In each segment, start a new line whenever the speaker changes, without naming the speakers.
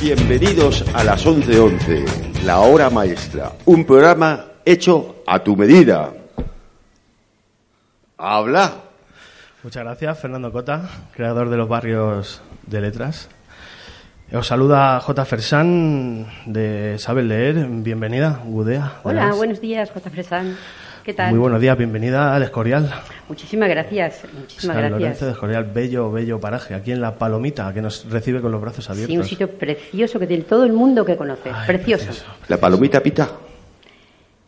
Bienvenidos a las 11.11, la hora maestra, un programa hecho a tu medida. Habla.
Muchas gracias, Fernando Cota, creador de los barrios de letras. Os saluda J. Fersán de Saber Leer. Bienvenida, Gudea.
Hola, buenos días, J. Fresán. ¿Qué tal?
Muy buenos días, bienvenida al Escorial.
Muchísimas gracias, muchísimas
San Lorenzo de
gracias.
Escorial, bello, bello paraje, aquí en La Palomita, que nos recibe con los brazos abiertos.
Sí, un sitio precioso que tiene todo el mundo que conoce.
Ay,
precioso.
La palomita pita.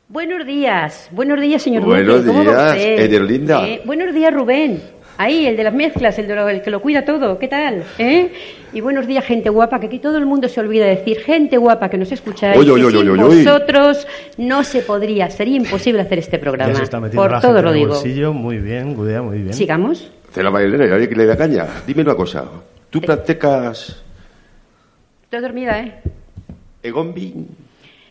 Buenos días, buenos días, señor
Buenos
Duque, ¿cómo va
días,
usted?
Ederlinda.
Eh, buenos días, Rubén. Ahí, el de las mezclas, el, de lo- el que lo cuida todo. ¿Qué tal? ¿Eh? Y buenos días, gente guapa, que aquí todo el mundo se olvida de decir, gente guapa, que nos escucháis.
Oy,
que
oy, oy,
sin
oy, oy.
vosotros no se podría, sería imposible hacer este programa.
Ya se está metiendo la
Por todo
gente
lo
en el
digo.
bolsillo. Muy bien, Gudea, muy bien.
Sigamos.
Te la bailarina, nadie que le da caña. Dime una cosa. ¿Tú practicas
Estoy dormida, ¿eh?
Egonbin?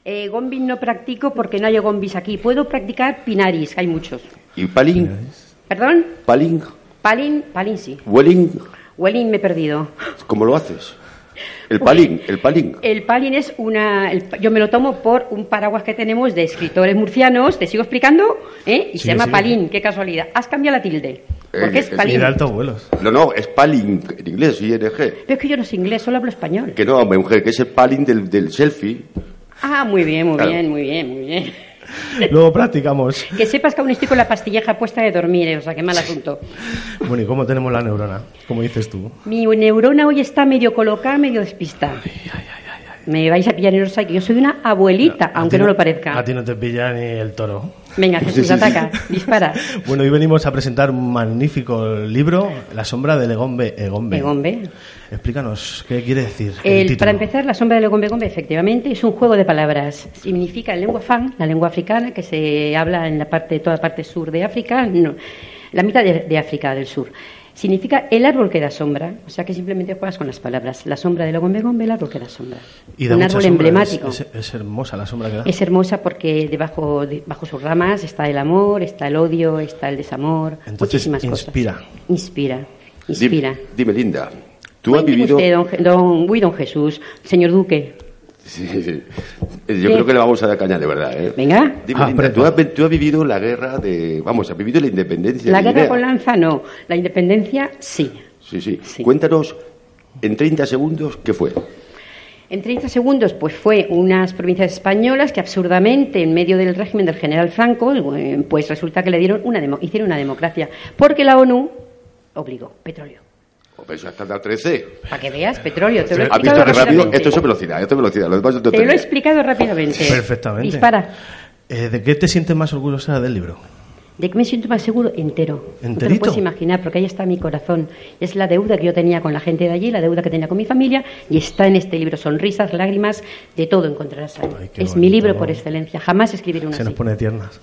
Eh, gombis no practico porque no hay gombis aquí. Puedo practicar pinaris, hay muchos.
¿Y Palin?
¿Perdón?
¿Palin?
Palin, palin sí.
¿Welling?
Welling me he perdido.
¿Cómo lo haces? El Palin, el Palin.
El palin es una... el pa- yo me lo tomo por un paraguas que tenemos de escritores murcianos, te sigo explicando, ¿eh? Y se
Sigue,
llama
sigue.
palin, qué casualidad. Has cambiado la tilde, porque
Eh,
es
eh,
Y
palin.
de altos vuelos.
No, no, es Palin en inglés, ING.
Pero es que yo no sé inglés, solo hablo español.
Que no, hombre, mujer, que es el Palin del, del selfie.
Ah, muy bien, muy
Claro.
bien, muy bien, muy bien.
Luego practicamos.
Que sepas que aún estoy con la pastilleja puesta de dormir, ¿eh? o sea, qué mal asunto.
Bueno, ¿y cómo tenemos la neurona? Como dices tú.
Mi neurona hoy está medio colocada, medio despistada. Me vais a pillar en Orsay, que yo soy una abuelita,
A
aunque
ti
no, lo parezca.
A ti no te pilla ni el toro.
Venga, Jesús, ataca, dispara.
Bueno, hoy venimos a presentar un magnífico libro, La sombra del Egombe Egombe.
Legombe.
Explícanos, ¿qué quiere decir el,
Eh, El,
título?
para empezar, la sombra de Legombe Gombe, efectivamente, es un juego de palabras. Significa en lengua fan, la lengua africana, que se habla en la parte, toda la parte sur de África, no, la mitad de, de África del sur. Significa el árbol que da sombra, o sea que simplemente juegas con las palabras. La sombra de Legombe Gombe, el árbol que da sombra.
Y da
un
mucha
árbol
sombra,
emblemático.
Es, es- es hermosa la sombra que da.
Es hermosa porque debajo de- bajo sus ramas está el amor, está el odio, está el desamor,
Entonces,
muchísimas
inspira.
cosas. Inspira. Inspira.
Dime, dime, linda. ¿Tú has
Cuénteme
vivido...?
usted, don, Je- don- uy, don Jesús, señor Duque.
Sí, sí. Yo creo que le vamos a dar caña de verdad, ¿eh?
Venga.
Dime,
Ah,
Linda,
pero-
¿tú, has, vi- tú has vivido la guerra de... Vamos, has vivido la independencia
La
de
guerra
Guinea.
con lanza no, la independencia sí.
Sí, sí,
Sí.
Cuéntanos en 30 segundos qué fue.
En 30 segundos, pues fue unas provincias españolas que absurdamente, en medio del régimen del general Franco, eh, pues resulta que le dieron una demo- hicieron una democracia, porque la ONU obligó petróleo.
O pensé hasta la 13.
Para que veas, petróleo. Te lo he
¿Has
explicado
visto qué rápido?
rápidamente.
Esto es velocidad, esto es velocidad. Lo demás es
Te lo
tontería.
he explicado rápidamente.
Perfectamente.
Dispara.
Eh, ¿De qué te sientes más orgullosa del libro?
¿De qué me siento más seguro? Entero. No te lo
¿Enterito?
puedes imaginar, porque ahí está mi corazón. Es la deuda que yo tenía con la gente de allí, la deuda que tenía con mi familia, y está en este libro. Sonrisas, lágrimas, de todo encontrarás ahí.
Ay, qué
es mi
bonito.
libro por excelencia. Jamás escribiré uno
Se nos
así.
pone tiernas.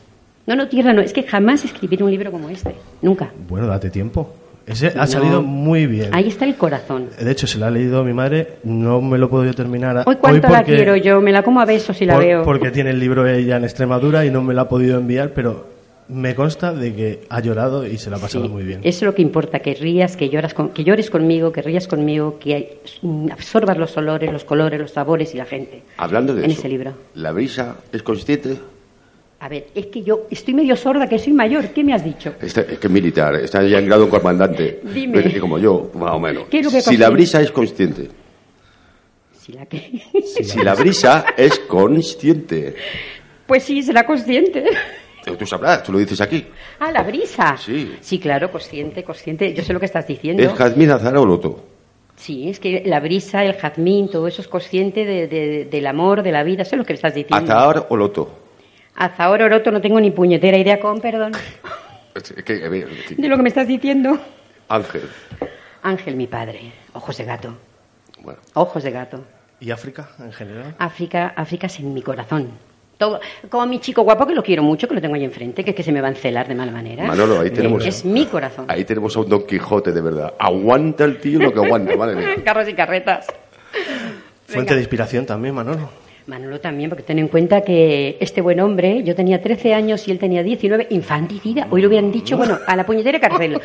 No, no, tierra no. Es que jamás escribiré un libro como este. Nunca.
Bueno, date tiempo. Ese
No.
ha salido muy bien.
Ahí está el corazón.
De hecho, se lo ha leído mi madre. No me lo puedo yo terminar. a-
Hoy cuánto la
porque-
quiero yo, me la como a besos si la
por-
veo.
Porque tiene el libro ella en Extremadura y no me lo ha podido enviar, pero me consta de que ha llorado y se lo ha pasado
Sí,
muy bien.
Eso es lo que importa, que rías, que lloras, con- que llores conmigo, que rías conmigo, que mm, absorbas los olores, los colores, los sabores y la gente.
Hablando de
En
eso,
ese libro.
¿la brisa es consciente?
A ver, es que yo estoy medio sorda, que soy mayor. ¿Qué me has dicho?
Está- es que es militar, está ya en grado un comandante.
Dime.
Es que como yo, más o menos.
¿Qué es lo que
si la
consciente?
brisa es consciente.
Si la que...
Si la brisa es consciente.
pues sí, será consciente.
Tú sabrás, tú lo dices aquí.
Ah, la brisa.
Sí.
claro, consciente, consciente. Yo sé lo que estás diciendo.
¿Es Jazmín Azara o Loto?
Sí, es que la brisa, el jazmín, todo eso es consciente de- de- del amor, de la vida, eso es lo que le estás diciendo.
Azahar o loto.
Hasta ahora, Oroto, no tengo ni puñetera idea con, perdón,
Es que, a ver, que-
de lo que me estás diciendo.
Ángel.
Ángel, mi padre, ojos de gato,
Bueno,
ojos de gato.
¿Y África en general?
África, África es en mi corazón. Todo, como mi chico guapo, que lo quiero mucho, que lo tengo ahí enfrente, que es que se me va a encelar de mala manera.
Manolo, ahí
Eh,
tenemos-
Es mi corazón.
ahí tenemos a un Don Quijote de verdad. Aguanta el tío lo que aguanta, madre mía.
Carros y carretas.
Fuente de inspiración también, Manolo.
Manolo también, porque ten en cuenta que este buen hombre, yo tenía 13 años y él tenía 19, infanticida, hoy lo hubieran dicho, bueno, a la puñetera y cárcel,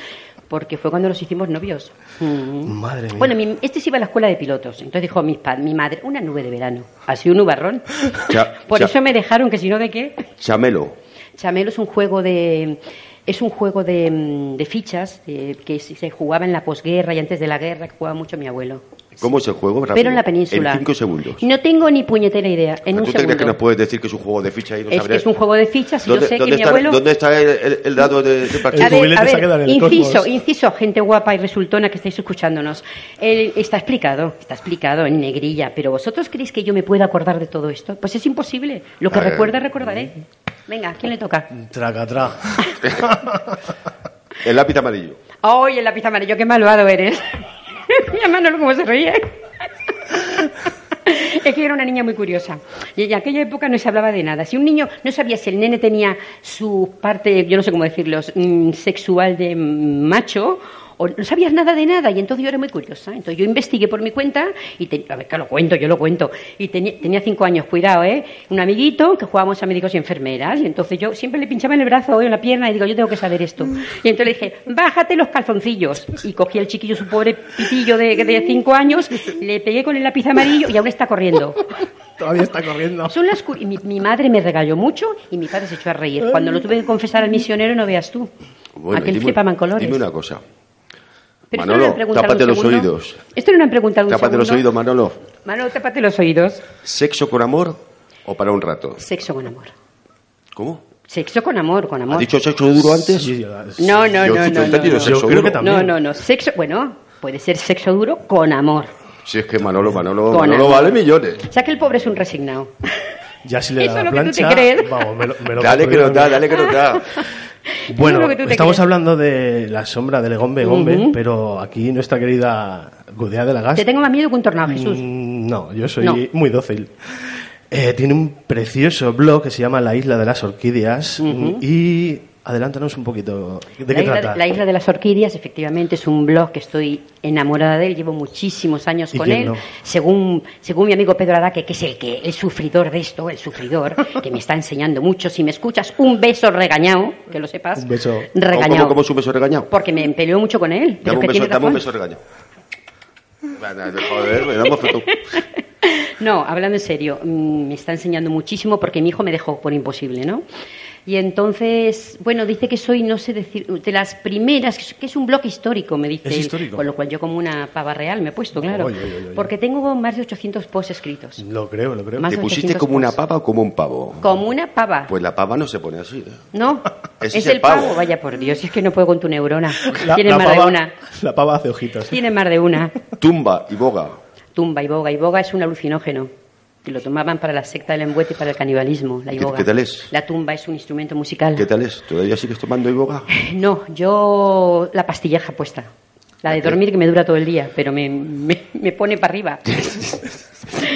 porque fue cuando nos hicimos novios. Mm.
Madre mía.
Bueno, mi- este se iba a la escuela de pilotos, entonces dijo mi, pa- mi madre, una nube de verano, así un nubarrón.
Cha-
Por
cha-
eso me dejaron, que si no, ¿de qué?
Chamelo.
Chamelo es un juego de es un juego de, mm, de fichas eh, que se se jugaba en la posguerra y antes de la guerra que jugaba mucho mi abuelo.
¿Cómo es el juego?
Pero
Rápido.
en la península.
En cinco segundos.
No tengo ni puñetera idea. En un
¿Tú te crees
segundo.
que nos puedes decir que es un juego de fichas? y no
Es que
sabrías-
es un juego de fichas y yo
¿Dónde-
sé que
dónde
mi
está-
abuelo-
¿Dónde está el, el- el dado de, de
El
a
partida?
ver,
cubilete
a ver,
se ha quedado en el
inciso,
cosmos.
inciso, gente guapa y resultona que estáis escuchando está explicado, está explicado en negrilla, pero ¿vosotros creéis que yo me pueda acordar de todo esto? Pues es imposible. Lo que
A ver.
recuerde, recordaré. Venga, ¿a quién le toca?
Traca, tra.
El lápiz amarillo.
¡Ay, el lápiz amarillo, qué malvado eres! Mira Manolo cómo se ríe. Es que yo era una niña muy curiosa. Y en aquella época no se hablaba de nada. Si un niño no sabía si el nene tenía su parte, yo no sé cómo decirlo, mm, sexual de mm, macho, o no sabías nada de nada. Y entonces yo era muy curiosa. Entonces yo investigué por mi cuenta y te- a ver, que lo cuento, yo lo cuento. Y tenía, tenía cinco años, cuidado, ¿eh? Un amiguito que jugábamos a médicos y enfermeras. Y entonces yo siempre le pinchaba en el brazo o en la pierna y digo, yo tengo que saber esto. Y entonces le dije, bájate los calzoncillos. Y cogí al chiquillo, su pobre pitillo de, de cinco años, le pegué con el lápiz amarillo y aún está corriendo.
Todavía está corriendo.
Son las cu- y mi, mi madre me regaló mucho y mi padre se echó a reír. Cuando lo tuve que confesar al misionero, no veas tú.
Bueno,
Aquel
dime-
flipaban colores.
Dime una cosa.
Pero esto no
Manolo,
lo han preguntado
tápate
un
los
segundo.
oídos.
Esto no lo han preguntado un
Tápate los
segundo.
oídos, Manolo.
Manolo, tápate los oídos.
¿Sexo con amor o para un rato?
Sexo con amor.
¿Cómo?
Sexo con amor, con amor.
¿Has dicho sexo duro antes?
Sí, la-
No,
Yo
no, no,
sí,
no,
yo
no,
entendí
no.
sexo
Yo creo que
duro.
también.
No, no, no. Sexo, bueno, puede ser sexo duro con amor.
Si es que Manolo, Manolo,
Con
Manolo
amor.
vale millones.
O sea que el pobre es un resignado.
Ya si le
Eso
da
es
la
lo que tú te
plancha.
crees.
Vamos, me lo, me lo
Dale que
construyo
nos da,
también.
dale que nos da.
Ah, Eso es
Bueno,
lo que tú te
estamos
crees.
hablando de la sombra de Legombe Gombe,
Ujú.
pero aquí nuestra querida Gudea de la Gas.
Te tengo más miedo que un tornado, Jesús.
Ah, Mm, No, yo soy
No.
muy dócil. Eh, tiene un precioso blog que se llama La Isla de las Orquídeas mm, y adelántanos un poquito. ¿De qué
la, isla,
trata?
la Isla de las Orquídeas, efectivamente, es un blog que estoy enamorada de él, llevo muchísimos años
¿Y
con
quién
él.
no?
Según, según mi amigo Pedro Araque, que es el que el sufridor de esto, el sufridor, que me está enseñando mucho. Si me escuchas, un beso regañado, que lo sepas.
Un beso.
Regañado.
¿Cómo, cómo es un beso regañado?
Porque me peleó mucho con él. pero
Dame un
que
beso,
tiene
dame un
razón.
beso regañado. Vale, Joder, me damos foto.
No, hablando en serio, mm, me está enseñando muchísimo porque mi hijo me dejó por imposible, ¿no? Y entonces, bueno, dice que soy, no sé decir, de las primeras, que es un blog histórico, me dice.
¿Es
él,
histórico?
Con lo cual yo como una pava real me he puesto, claro.
Oye, oye, oye.
Porque tengo más de 800 posts escritos.
Lo creo, lo creo.
Más
¿Te
de
pusiste
800
como una
posts.
pava o como un pavo?
Como una pava.
Pues la pava no se pone así. ¿eh?
¿No?
Ese es
es
el
el pavo.
pavo.
Vaya por Dios, es que no puedo con tu neurona.
La,
Tiene
la
más de
pava,
una.
la pava hace ojitos.
Tiene más de una.
Tumba y boga.
Tumba y boga. Y boga es un alucinógeno. Que lo tomaban para la secta del embuete y para el canibalismo, la
¿Qué-
iboga.
qué tal es?
La tumba es un instrumento musical.
¿Qué tal es? ¿Todavía sigues tomando y boga?
No, yo la pastilleja puesta. La de
¿La qué?
dormir que me dura todo el día, pero me, me, me pone para arriba.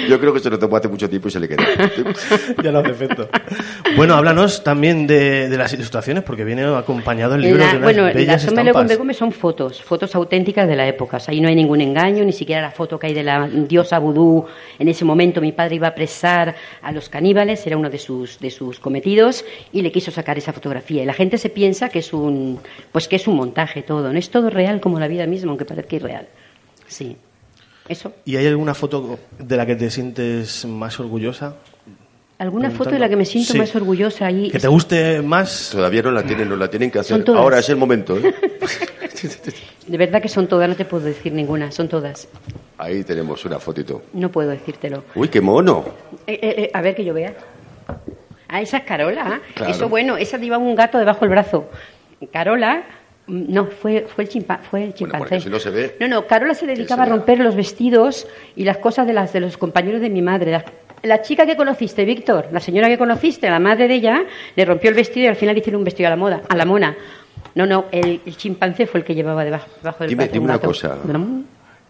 Yo creo que se lo tomó hace mucho tiempo y se le queda.
ya no hace efecto. Bueno, háblanos también de, de las ilustraciones, porque viene acompañado el libro
La-
de unas
bueno, la
bellas
sombra de
estampas.
Gómez Gómez son fotos, fotos auténticas de la época. O sea, ahí no hay ningún engaño, ni siquiera la foto que hay de la diosa vudú. En ese momento mi padre iba a apresar a los caníbales, era uno de sus, de sus cometidos, y le quiso sacar esa fotografía. Y la gente se piensa que es un, pues que es un montaje todo, no es todo real como la vida misma, aunque parezca irreal. Sí. Eso.
¿Y hay alguna foto de la que te sientes más orgullosa?
¿Alguna foto
Preguntando.
de la que me siento
Sí.
más orgullosa ahí?
¿Que te guste más?
Todavía no la tienen, no la tienen que hacer.
Son todas.
Ahora es el momento, ¿eh?
De verdad que son todas, no te puedo decir ninguna, son todas.
Ahí tenemos una fotito.
No puedo decírtelo.
Uy, qué mono.
Eh, eh, eh, a ver que yo vea. Ah, esa es Carola. ¿ah?
Claro.
Eso bueno, esa lleva un gato debajo del brazo. Carola, mm, No, fue, fue, el, chimpa, fue el
Bueno,
chimpancé.
porque si no se ve.
No, no, Carola se dedicaba a
vea.
romper los vestidos y las cosas de, las, de los compañeros de mi madre. La, la chica que conociste, Víctor, la señora que conociste, la madre de ella, le rompió el vestido y al final hicieron un vestido a la moda, a la mona. No, no, el, el chimpancé fue el que llevaba debajo, debajo del
Dime,
brazo
dime
un
una
gato.
cosa.
Mm.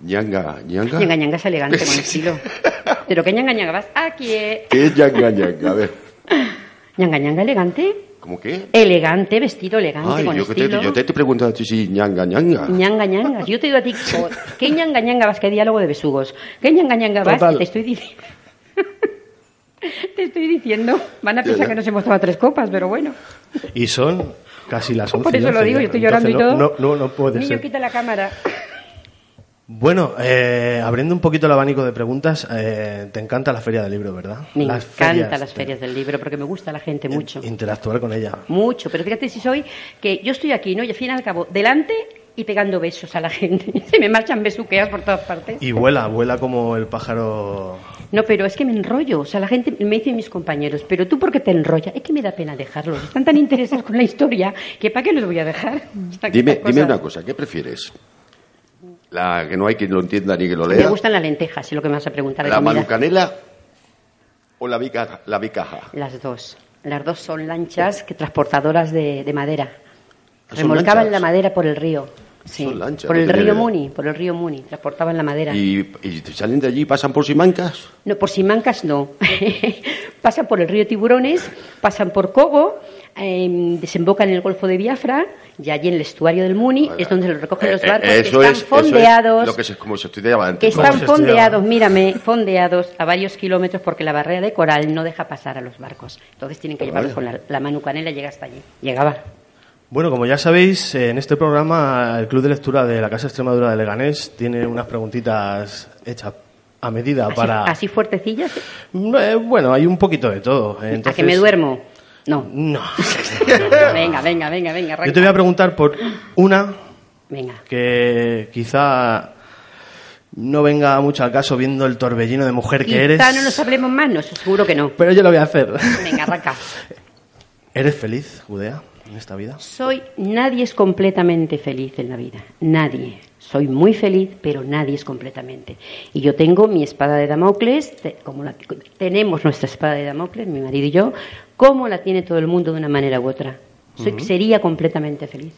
Ñanga, ñanga.
Ñanga, ñanga es elegante con estilo. Pero qué ñanga ñanga vas aquí, eh.
¿Qué es ñanga, ñanga? A ver.
Ñanga ñanga elegante.
¿Cómo qué?
Elegante, vestido elegante
Ay,
Eh, con
yo, que te,
estilo.
yo te he preguntado a ti si ñanga, ñanga.
Ñanga ñanga. Yo te digo a ti, co- ¿qué ñanga ñanga vas? ¿Qué diálogo de besugos? ¿Qué ñanga ñanga vas?
Total.
Te estoy diciendo. te estoy diciendo. Van a
Ya, ya.
pensar que nos hemos tomado tres copas, pero bueno.
Y son casi las 11.
Por eso
y
lo
11,
digo, yo
ya.
estoy llorando
Entonces,
y
no-
todo.
No, no, no puede
Niño,
ser.
quita la cámara.
Bueno, eh, abriendo un poquito el abanico de preguntas, eh, te encanta la Feria del Libro, ¿verdad?
Me
Las
encantan
ferias,
las
te-
ferias del libro porque me gusta la gente mucho.
Interactuar con ella.
Mucho, pero fíjate si soy que yo estoy aquí, ¿no? Y al fin y al cabo, delante y pegando besos a la gente. Se me marchan besuqueas por todas partes.
Y vuela, vuela como el pájaro.
No, pero es que me enrollo. O sea, la gente me dicen mis compañeros, pero tú por qué te enrollas? Es que me da pena dejarlos. Están tan interesados con la historia que ¿para qué los voy a dejar? Estas
Dime,
cosas.
dime una cosa, ¿qué prefieres? La que no hay quien lo entienda ni que lo
Me
lea.
gustan las lentejas, es lo que me vas a preguntar. de
¿La
comida.
manucanela o la bicaja? La bicaja.
Las dos. Las dos son lanchas que transportadoras de, de madera.
¿Son
Remolcaban
lanchas?
la madera por el río. Sí,
Son lanchas,
por
no
el
tenía ni
río
idea.
Muni, por el río Muni, transportaban la madera.
¿Y, y salen de allí y pasan por Simancas?
No, por Simancas no. pasan por el río Tiburones, pasan por Cogo, eh, desembocan en el Golfo de Biafra y allí en el estuario del Muni es donde los recogen los
Eh, eh,
barcos
eso
que
es-
están
eso es
fondeados.
lo que se, como se estudiaba
que
antes.
¿Cómo
están
se
fondeados,
estudiaba?
mírame, fondeados a varios kilómetros porque la barrera de coral no deja pasar a los barcos. Entonces tienen que llevarlos con la, la manucanela, llega hasta allí. Llegaba.
Bueno, como ya sabéis, en este programa el Club de Lectura de la Casa Extremadura de Leganés tiene unas preguntitas hechas a medida
Así,
Ah, para.
así fuertecillas.
Eh, bueno, hay un poquito de todo.
¿A
entonces-
que me duermo? No.
No.
venga, venga, venga, venga.
Yo te voy
arranca.
a preguntar por una
Venga.
que quizá no venga mucho al caso viendo el torbellino de mujer que eres.
Quizá no nos hablemos más, no, seguro que no.
Pero yo lo voy a hacer.
Venga, arranca.
¿Eres feliz, Judea, en esta vida?
Soy, nadie es completamente feliz en la vida, nadie. Soy muy feliz, pero nadie es completamente. Y yo tengo mi espada de Damocles, te- como la- tenemos nuestra espada de Damocles, mi marido y yo, como la tiene todo el mundo de una manera u otra. Soy- Sería completamente feliz.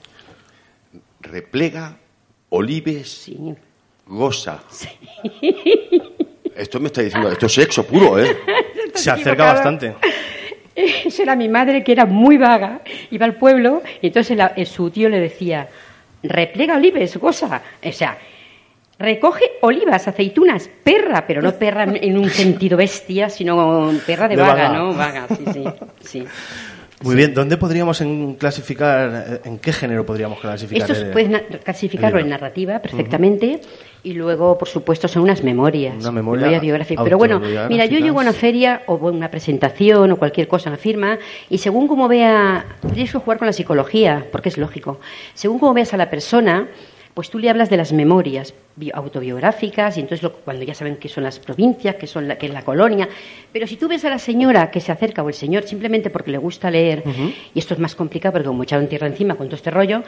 Replega, Olives,
Sí.
Gosa. Esto me está diciendo, esto es sexo puro, ¿eh?
Se acerca
equivocada.
bastante.
Esa era mi madre, que era muy vaga, iba al pueblo, y entonces la- eh, su tío le decía, replega olives, goza. O sea, recoge olivas, aceitunas, perra, pero no perra en- en un sentido bestia, sino perra de,
De
vaga,
vaga.
¿no? Vaga, sí, sí, sí.
Muy bien, ¿dónde podríamos en- clasificar, eh, en qué género podríamos clasificar?
Esto se
eh,
puede na- clasificarlo
el
en
libro?
narrativa perfectamente y luego, por supuesto, son unas memorias.
Una memoria
memorias biográficas. Pero bueno,
autobiográficas.
mira, yo llego a una feria o voy a una presentación o cualquier cosa, una firma, y según como vea, tienes que jugar con la psicología, porque es lógico, según como veas a la persona, pues tú le hablas de las memorias bio- autobiográficas y entonces lo- cuando ya saben qué son las provincias, qué, son la, qué es la colonia, pero si tú ves a la señora que se acerca o el señor simplemente porque le gusta leer, y esto es más complicado porque como echaron tierra encima con todo este rollo,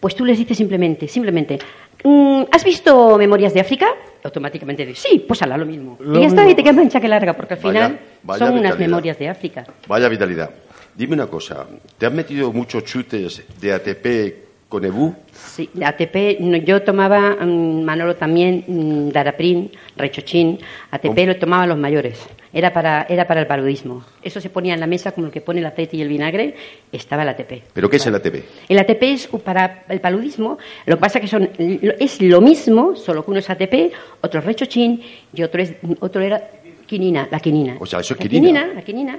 pues tú les dices simplemente, simplemente, "Mm, ¿has visto Memorias de África? Automáticamente dices, sí, pues ala, lo mismo.
Lo
y ya está,
mismo.
y te queda mancha que larga, porque al
Vaya-
final
vaya
son unas
vitalidad.
memorias de África.
Vaya vitalidad. Dime una cosa, ¿te has metido muchos chutes de ATP con EBU?
Sí, de ATP, no, yo tomaba, mm, Manolo también, mm, Daraprin, Rechochín, ATP lo tomaban los mayores. Era para, era para el paludismo. Eso se ponía en la mesa como el que pone el aceite y el vinagre, estaba el ATP.
¿Pero qué es el ATP?
El ATP es u- para el paludismo, lo que pasa que son, lo- es lo mismo, solo que uno es ATP, otro es rechochín y otro, es, otro era quinina, la quinina.
O sea, eso es
La
quinina.
La quinina.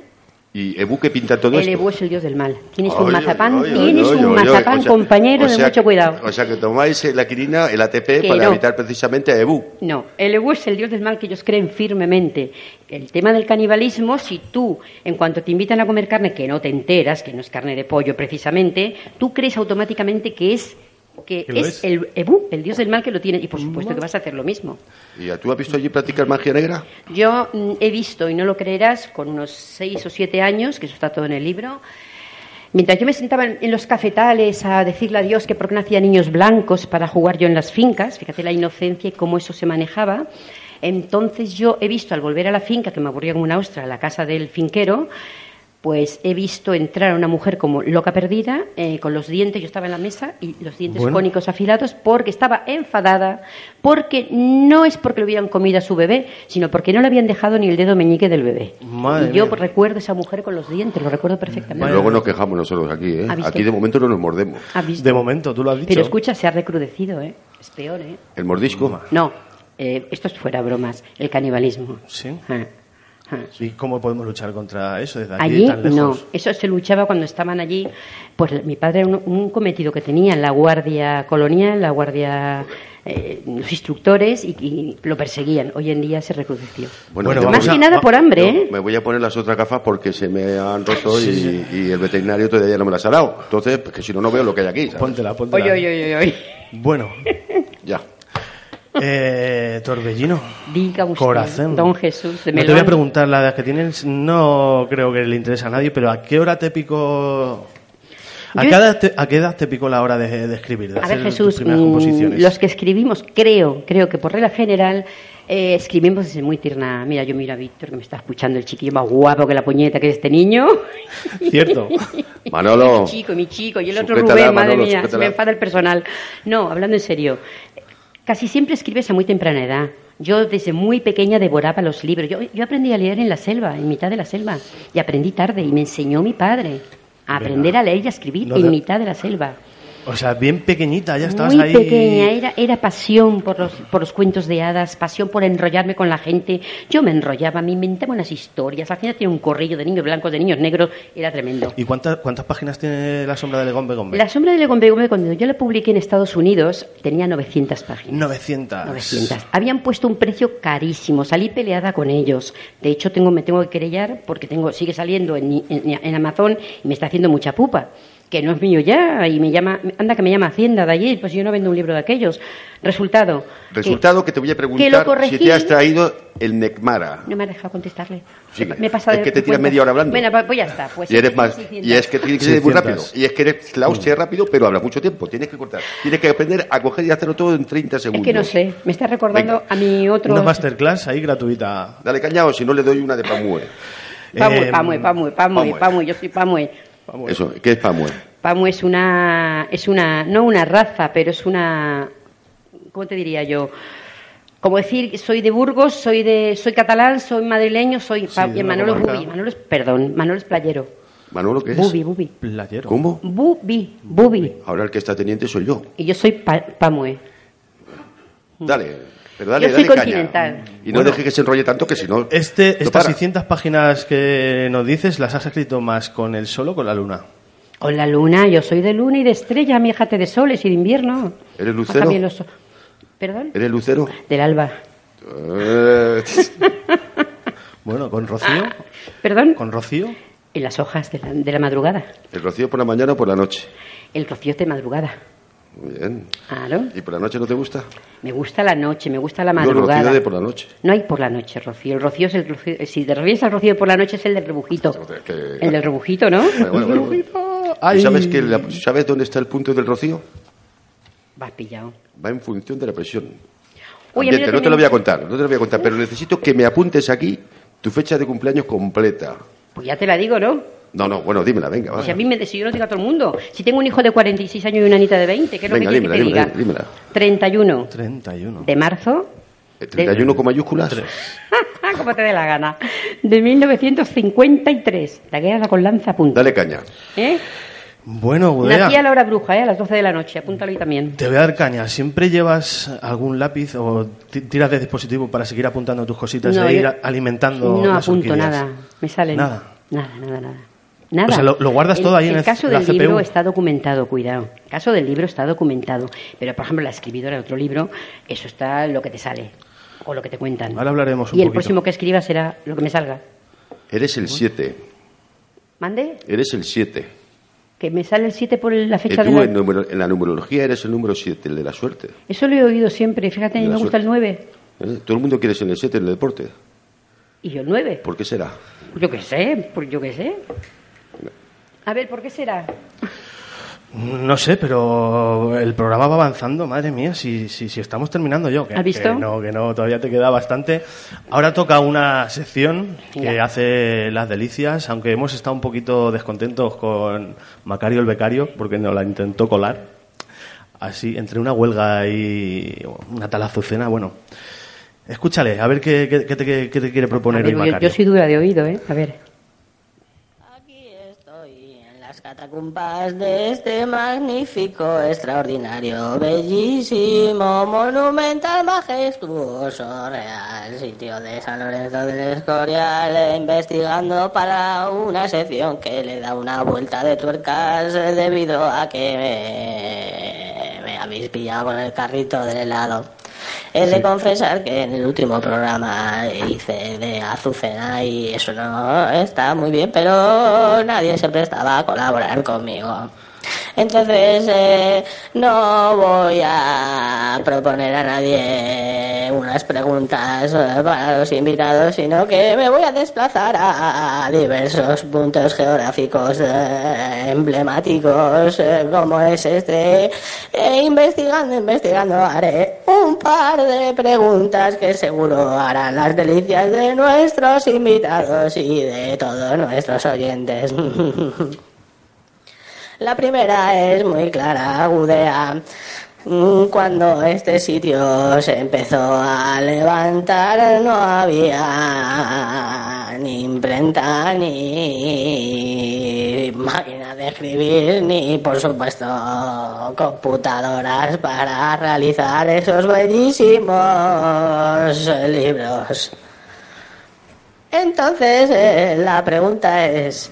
¿Y EBU qué pinta todo
El
esto?
Ebu es el dios del mal. Tienes un
Oye,
mazapán,
oye, oye,
tienes
oye,
un
oye,
mazapán,
o sea-
compañero,
o
de
sea-
mucho cuidado.
O sea, que tomáis eh, la quinina, el ATP,
Que
para
no.
evitar precisamente a EBU.
No, el Ebu es el dios del mal que ellos creen firmemente. El tema del canibalismo, si tú, en cuanto te invitan a comer carne, que no te enteras, que no es carne de pollo precisamente, tú crees automáticamente que es que
Que lo
es,
es.
el Ebu, el dios del mal que lo tiene, y por supuesto que vas a hacer lo mismo.
¿Y tú has visto allí practicar magia negra?
Yo mm, he visto, y no lo creerás, con unos seis o siete años, que eso está todo en el libro, Mientras yo me sentaba en, en los cafetales a decirle a Dios que por qué no hacía niños blancos para jugar yo en las fincas, fíjate la inocencia y cómo eso se manejaba, entonces yo he visto al volver a la finca, que me aburría como una ostra, a la casa del finquero, pues he visto entrar a una mujer como loca perdida, eh, con los dientes, yo estaba en la mesa, y los dientes
Bueno.
cónicos afilados, porque estaba enfadada, porque no es porque le hubieran comido a su bebé, sino porque no le habían dejado ni el dedo meñique del bebé.
Madre
y yo
mía.
recuerdo a esa mujer con los dientes, lo recuerdo perfectamente.
Luego nos quejamos nosotros aquí, ¿eh?
¿Ha visto?
Aquí de momento no nos mordemos.
¿Has visto?
De momento, tú lo has dicho.
Pero escucha, se ha recrudecido, ¿eh? Es peor, ¿eh?
El mordisco.
No, eh, esto es fuera bromas, el canibalismo.
Sí.
Ah, ah.
¿Y cómo podemos luchar contra eso desde aquí
Allí
tan
no,
lejos?
eso se luchaba cuando estaban allí. Pues la- mi padre era un, un cometido que tenía la guardia colonial, la guardia, eh, los instructores y, y lo perseguían. Hoy en día se recrudeció.
Bueno,
yo
vamos
Más
me
que
a-
voy
nada
va-
por hambre, ¿eh?
Me voy a poner las otras gafas porque se me han roto
Sí,
y,
sí.
y el veterinario todavía no me las ha dado. Entonces, pues que si no, no veo lo que hay aquí. ¿sabes?
Póntela, póntela.
Oye, oye, oye, oye.
Bueno,
Ya.
eh, Torbellino.
Diga usted,
Corazón.
don Jesús de
no te
Melón.
voy a preguntar la edad que tienes, no creo que le interesa a nadie, pero ¿a qué hora te picó? ¿A,
Yo-
qué, edad te, a qué edad te picó la hora de, de escribir? De
A ver,
hacer tus
Jesús,
primeras
mm,
composiciones?
los que escribimos, creo, creo que por regla general, eh, escribimos desde muy tierna. Mira, yo miro a Víctor que me está escuchando, el chiquillo más guapo que la puñeta que es este niño.
Cierto.
Manolo.
Mi este chico, mi chico, y el otro
Sujétala,
Rubén, madre
Manolo,
mía, se
sujétala.
me enfada el personal. No, hablando en serio, casi siempre escribes a muy temprana edad. Yo desde muy pequeña devoraba los libros. Yo, yo aprendí a leer en la selva, en mitad de la selva, y aprendí tarde, y me enseñó mi padre a
Venga.
aprender a leer y a escribir
No
en
da-
mitad de la selva.
O sea, bien pequeñita, ya estabas
Muy
ahí.
pequeña, ¿eh? era, era pasión por los, por los cuentos de hadas, pasión por enrollarme con la gente. Yo me enrollaba, me inventaba unas historias. Al final tenía un corrillo de niños blancos, de niños negros, era tremendo.
¿Y cuántas, cuántas páginas tiene La Sombra de Legombe Gombe?
La sombra de Legombe Gómez, cuando yo la publiqué en Estados Unidos, tenía 900 páginas.
900.
900. Habían puesto un precio carísimo, salí peleada con ellos. De hecho, tengo, me tengo que querellar porque tengo, sigue saliendo en, en- en Amazon y me está haciendo mucha pupa, que no es mío ya, y me llama, anda que me llama Hacienda de allí, pues yo no vendo un libro de aquellos. Resultado. que-
Resultado que te voy a
que lo
preguntar
corregí,
si te has traído el Necmara.
No me ha dejado contestarle.
Sí,
me he pasado
es
de
que te tiras
cuenta.
media hora hablando.
Bueno, pues ya está. Pues
y eres más,
700.
y es que tienes que ir muy
600.
rápido, y es que eres la hostia rápido, pero habla mucho tiempo, tienes que cortar, tienes que aprender a coger y hacerlo todo en 30
Es
segundos.
que no sé, me está recordando
Venga.
a mi otro.
Una masterclass ahí gratuita.
Dale caña o si no le doy una de Pamue.
Pamue,
Eh,
Pamue,
Pamue.
Pamue, Pamue, Pamue, yo soy Pamue.
Eso, ¿qué es Pamue?
Pamue es una, es una, no una raza, pero es una, ¿cómo te diría yo? Como decir, soy de Burgos, soy de, soy catalán, soy madrileño, soy
Sí,
pa-
de una
Manolo es
comarca.
Bubi, Manolo es, perdón, Manolo es playero.
Manolo, ¿qué es?
Bubi, Bubi.
Playero.
¿Cómo?
Bubi, Bubi.
Ahora el que está teniente soy yo.
Y yo soy pa- eh. Pamue.
Dale, pero dale,
Mm. Yo soy
dale caña.
continental.
Y no
Bueno.
dejes que se enrolle tanto que si no.
Este,
no
estas
para.
600 páginas que nos dices, ¿las has escrito más con el sol o con la luna?
Con la luna, yo soy de luna y de estrella, mi hija te de soles y de invierno.
¿Eres lucero? Eh.
Bájame los so- ¿Perdón?
¿Eres lucero?
Del alba.
Eh,
Bueno, con Rocío.
Ah, ¿Perdón?
Ah. Con Rocío.
En las hojas de la, de la madrugada.
¿El rocío por la mañana o por la noche?
El rocío es de madrugada.
Muy bien.
Claro.
¿Y por la noche no te gusta?
Me gusta la noche, me gusta la
No, el
madrugada.
rocío de por la noche.
No hay por la noche rocío. El rocío es el rocío. eh, Si te refieres al rocío de por la noche es el del rebujito.
Que-
El del rebujito, ¿no?
Bueno, bueno, bueno, bueno. ¿Tú
Ay.
sabes, que la- sabes dónde está el punto del rocío?
Vas pillado.
Va en función de la presión.
Uy, a mí
Ambiente, no
lo que
te
me-
lo voy a contar, no te lo voy a contar, pero necesito que me apuntes aquí tu fecha de cumpleaños completa.
Pues ya te la digo, ¿no?
No, no, bueno, dímela, venga, va.
Pues si a mí me des- si yo no digo a todo el mundo. Si tengo un hijo de 46 años y una anita de 20, ¿qué es lo
Venga,
que quieres que te
dímela,
diga?
dímela, dímela.
31
31.
de marzo.
Eh, 31 con mayúsculas.
Como te dé la gana. De 1953. La guerra con lanza, punta.
Dale caña.
¿Eh?
Bueno,
Nací a la
Gudea.
hora bruja, ¿eh? a las 12 de la noche. Apúntalo ahí también.
Te voy a dar caña. ¿Siempre llevas algún lápiz o ti- tiras de dispositivo para seguir apuntando tus cositas
No,
e ir
yo-
a- alimentando
No
las
apunto
orquídeas?
nada, me salen.
Nada.
Nada, nada, nada. Nada.
O sea, lo- lo guardas
El-
todo ahí en el-
El caso
la
del
CPU.
libro está documentado, cuidado. El caso del libro está documentado. Pero, por ejemplo, la escribidora de otro libro, eso está lo que te sale. O lo que te cuentan.
Ahora hablaremos un
Y el
poquito.
próximo que escriba será lo que me salga.
Eres el 7,
¿Mande?
eres el 7.
Que me sale el 7 por la
Eh,
fecha de
Tú
la...
en, numero- en la numerología eres el número 7, el de la suerte.
Eso lo he oído siempre. Fíjate, a mí
La
me gusta el
suerte.
9.
¿Eh? Todo el mundo quiere ser el 7 en el deporte.
Y yo el 9.
¿Por qué será?
pues Yo qué sé, pues yo qué sé. A ver, ¿por qué será?
No sé, pero el programa va avanzando, madre mía, si, si, si estamos terminando yo. Que,
¿Has visto?
que no, que no, todavía te queda bastante. Ahora toca una sección que
Ya.
hace las delicias, aunque hemos estado un poquito descontentos con Macario el Becario, porque nos la intentó colar. Así, entre una huelga y una tal azucena, bueno. Escúchale, a ver qué, qué- qué te, qué te quiere proponer
A ver,
hoy
yo,
Macario.
yo soy dura de oído, ¿eh? A ver.
Aquí estoy en las catacumbas de este magnífico, extraordinario, bellísimo, monumental, majestuoso, real sitio de San Lorenzo del Escorial, eh, investigando para una sección que le da una vuelta de tuercas eh, debido a que eh, me habéis pillado con el carrito del helado. He de confesar que en el último programa hice de Azucena y eso no está muy bien, pero nadie se prestaba a colaborar conmigo. Entonces, eh, no voy a proponer a nadie unas preguntas eh, para los invitados, sino que Eh, me voy a desplazar a diversos puntos geográficos eh, emblemáticos, eh, como es este, e investigando, investigando, haré un par de preguntas que seguro harán las delicias de nuestros invitados y de todos nuestros oyentes. La primera es muy clara, Gudea. Mm, Cuando este sitio se empezó a levantar no había ni imprenta, ni máquina de escribir, ni por supuesto computadoras para realizar esos bellísimos libros. Entonces eh, la pregunta es...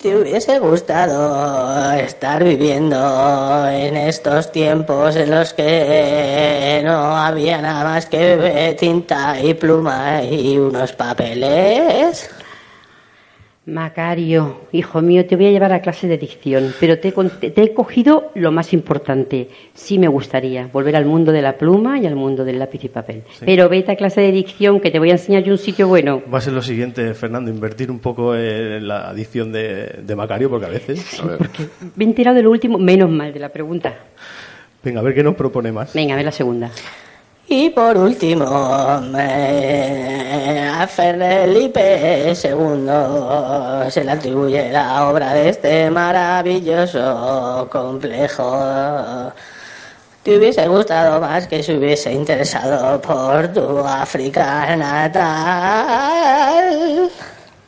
¿Te hubiese gustado estar viviendo en estos tiempos en los que no había nada más que eh, tinta y pluma y unos papeles?
Macario, hijo mío, te voy a llevar a clase de dicción, pero te, he con- te he cogido lo más importante. Sí me gustaría volver al mundo de la pluma y al mundo del lápiz y papel. Pero vete a clase de dicción, que te voy a enseñar yo un sitio bueno.
Va a ser lo siguiente, Fernando, invertir un poco en la adicción de, de Macario, porque a veces...
A ver.
Porque me he enterado de lo último, menos mal, de la pregunta.
Venga, a ver qué nos propone más.
Venga, a ver la segunda.
Y por último, eh, a Felipe II se le atribuye la obra de este maravilloso complejo. ¿Te hubiese gustado más que se hubiese interesado por tu África natal?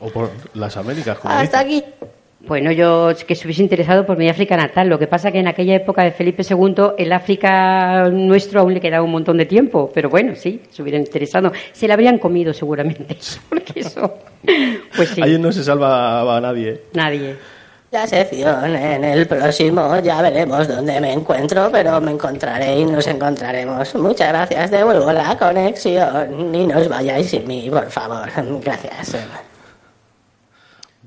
O por las Américas,
Ah,
como
Hasta
dice.
aquí.
Bueno, yo es que se hubiese interesado por mi África natal. Lo que pasa que en aquella época de Felipe II, el África nuestro aún le quedaba un montón de tiempo. Pero bueno, sí, se hubiera interesado. Se la habrían comido seguramente. Porque eso. Pues sí,
Ahí no se salva a nadie. ¿eh?
nadie.
La sección en el próximo, ya veremos dónde me encuentro, pero me encontraré y nos encontraremos. Muchas gracias, devuelvo la conexión y no os vayáis sin mí, por favor. Gracias.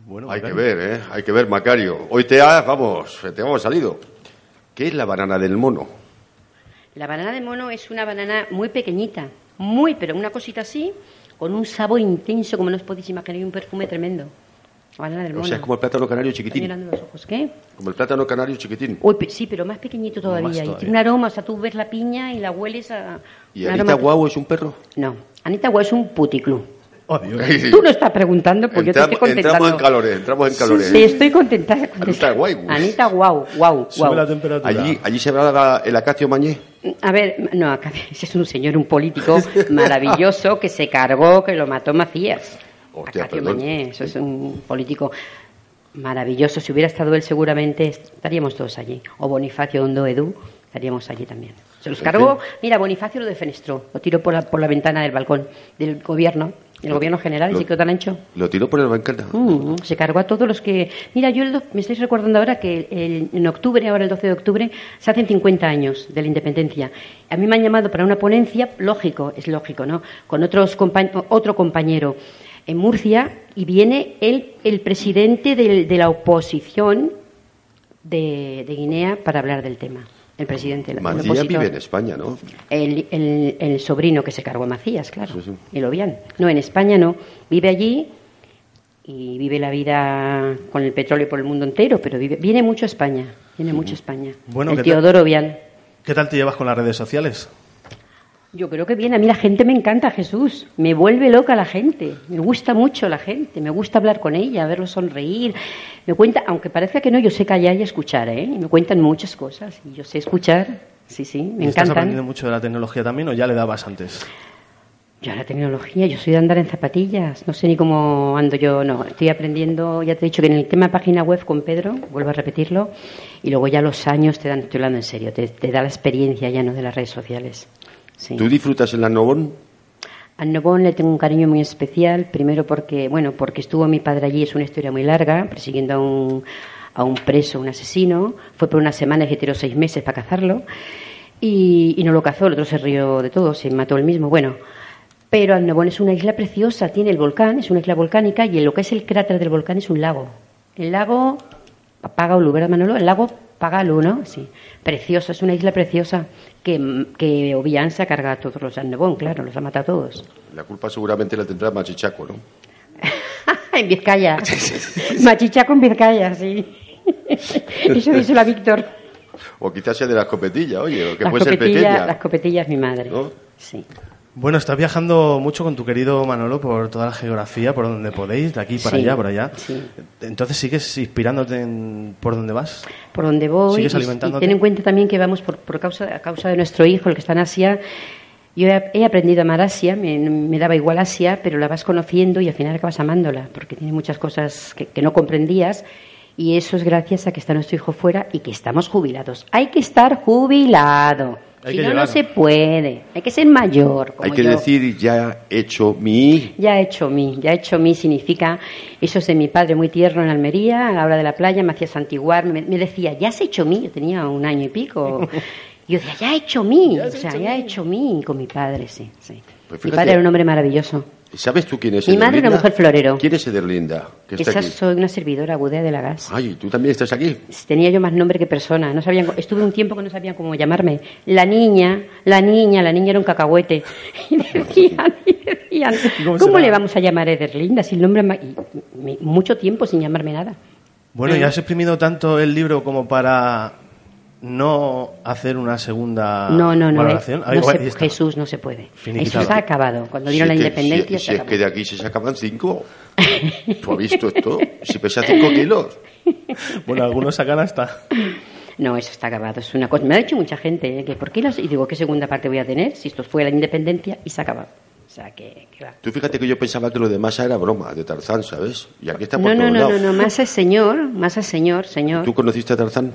Bueno,
Hay que
Macario.
ver, ¿eh? Hay que ver, Macario. Hoy te has, vamos, te hemos salido. ¿Qué es la banana del mono?
La banana de mono es una banana muy pequeñita. Muy, pero una cosita así, con un sabor intenso, como no os podéis imaginar, y un perfume tremendo. La banana del
O
mono.
sea, es como el plátano canario
Está
chiquitín.
mirando los ojos. ¿Qué?
Como el plátano canario chiquitín.
Uy, pe- sí, pero más pequeñito todavía.
Más
Y
todavía.
tiene un aroma, o sea, tú ves la piña y la hueles a...
¿Y
un
Anita
aroma-
Guau es un perro?
No, Anita Guau es un puticlub.
Oh, Dios.
Tú no estás preguntando porque yo te estoy
Entramos-
contentando.
entramos en calores, entramos en calores.
Te estoy contentando.
Anita Guau.
Anita Guau, guau,
Sube la
guau.
temperatura.
Allí, allí se hablaba el acacio mañé.
A ver, no, acá- ese es un señor, un político maravilloso que se cargó, que lo mató Macías.
Hostia,
Acacio
perdón.
Mañé, eso es un político maravilloso. Si hubiera estado él, seguramente estaríamos todos allí. O Bonifacio Hondo Edu, estaríamos allí también. Se los cargó. Mira, Bonifacio lo defenestró, lo tiró por la, por la ventana del balcón del gobierno, del gobierno general,
lo-
y se quedó tan ancho.
Lo tiró por el banquete.
Mm, se cargó a todos los que. Mira, yo el do- me estáis recordando ahora que el- en octubre, ahora el 12 de octubre, se hacen 50 años de la independencia. A mí me han llamado para una ponencia, lógico, es lógico, ¿no? Con otros compa- otro compañero en Murcia y viene el, el presidente del- de la oposición de, de Guinea para hablar del tema. El presidente el
Mancilla
opositor.
vive en España, ¿no?
El, el- el sobrino que se cargó a Macías, claro.
Sí, sí.
El Obián. No, en España no. Vive allí y vive la vida con el petróleo por el mundo entero, pero vive, viene mucho a España, viene mucho a España.
Bueno,
el
¿qué tal?
Teodoro Vial.
¿Qué tal te llevas con las redes sociales?
Yo creo que bien, a mí la gente me encanta, Jesús. Me vuelve loca la gente. Me gusta mucho la gente. Me gusta hablar con ella, verlo sonreír. Me cuenta, aunque parezca que no, yo sé callar y escuchar, ¿eh? Y me cuentan muchas cosas. Y yo sé escuchar. Sí, sí, me
¿Y ¿Estás aprendiendo
encantan.
mucho de la tecnología también o ya le dabas antes?
Yo a la tecnología, yo soy de andar en zapatillas. No sé ni cómo ando yo, no. Estoy aprendiendo, ya te he dicho que en el tema página web con Pedro, vuelvo a repetirlo, y luego ya los años te dan, estoy hablando en serio, te, te da la experiencia ya no de las redes sociales. Sí.
¿Tú disfrutas en la Novon?
A Novón le tengo un cariño muy especial, primero porque, bueno, porque estuvo mi padre allí, es una historia muy larga, persiguiendo a un, a un preso, un asesino, fue por una semana y se tiró seis meses para cazarlo, y, y no lo cazó, el otro se rió de todo, se mató el mismo, bueno. Pero Alnobón es una isla preciosa, tiene el volcán, es una isla volcánica, y en lo que es el cráter del volcán es un lago. El lago Pagaulu, ¿verdad, Manolo? El lago Pagalu, ¿no? Sí. Precioso, es una isla preciosa que, que Obián se ha cargado a todos los Alnobón, claro, los ha matado a todos.
La culpa seguramente la tendrá Machichaco, ¿no?
Ah, en Vizcaya. Machicha con Vizcaya, sí. Eso dice la Víctor.
O quizás sea de la escopetilla, oye, o que
Las
puede ser
copetillas-
pequeña.
Las copetillas, mi madre.
¿No?
Sí.
Bueno, estás viajando mucho con tu querido Manolo por toda la geografía, por donde podéis, de aquí para
Sí,
allá, por allá.
sí.
Entonces sigues inspirándote en por donde vas.
Por donde voy.
¿Sigues
y-
alimentándote?
Y ten en cuenta también que vamos por, por causa, a causa de nuestro hijo, el que está en Asia. Yo he, he aprendido a amar Asia, me, me daba igual Asia, pero la vas conociendo y al final acabas amándola, porque tiene muchas cosas que, que no comprendías. Y eso es gracias a que está nuestro hijo fuera y que estamos jubilados. Hay que estar jubilado.
Hay
si
que
no,
llegar.
no se puede. Hay que ser mayor. Como
Hay que
yo.
decir, ya he hecho mi...
Ya he hecho mí, ya he hecho mí significa, eso es de mi padre muy tierno en Almería, a la hora de la playa me hacía santiguar, me, me decía, ya has hecho mí, yo tenía un año y pico. Yo decía, ya he hecho mí, o sea, ya he hecho mí con mi padre, sí. sí.
Pues
mi
fíjate.
padre era un hombre maravilloso.
¿Sabes tú quién es
Mi madre
Ederlinda?
era mujer florero.
¿Quién es Ederlinda? Que está
Esa
aquí.
soy una servidora agudea de la gas.
Ay, ¿tú también estás aquí?
Tenía yo más nombre que persona, no sabían, estuve un tiempo que no sabían cómo llamarme. La niña, la niña, la niña era un cacahuete. Y decían, y decían,
¿Y cómo
¿cómo,
se llama?
le vamos a llamar a Ederlinda? Sin nombre, ma- y- y- mucho tiempo sin llamarme nada.
Bueno,
Eh.
¿y has exprimido tanto el libro como para no hacer una segunda
no, no, no.
valoración?
eh,
Ah,
no
igual,
se-
ahí está.
Jesús no se puede. Eso
Finiquitado.
está acabado. Cuando
Si
dieron
es
la
que-
independencia
Si,
se
si es
acabó.
que de aquí se sacaban cinco. ¿Tú has visto esto? Si pesa cinco kilos.
Bueno, algunos sacan hasta.
No, eso está acabado. Es una cosa. Me ha dicho mucha gente eh, que por qué las- y digo qué segunda parte voy a tener si esto fue la independencia y se ha acabado. O sea que, que va.
Tú fíjate que yo pensaba que lo de Massa era broma, de Tarzán, ¿sabes? Y aquí está por
No, no,
todos
no, no,
lados.
no, más es señor, más es señor, señor.
¿Tú conociste a Tarzán?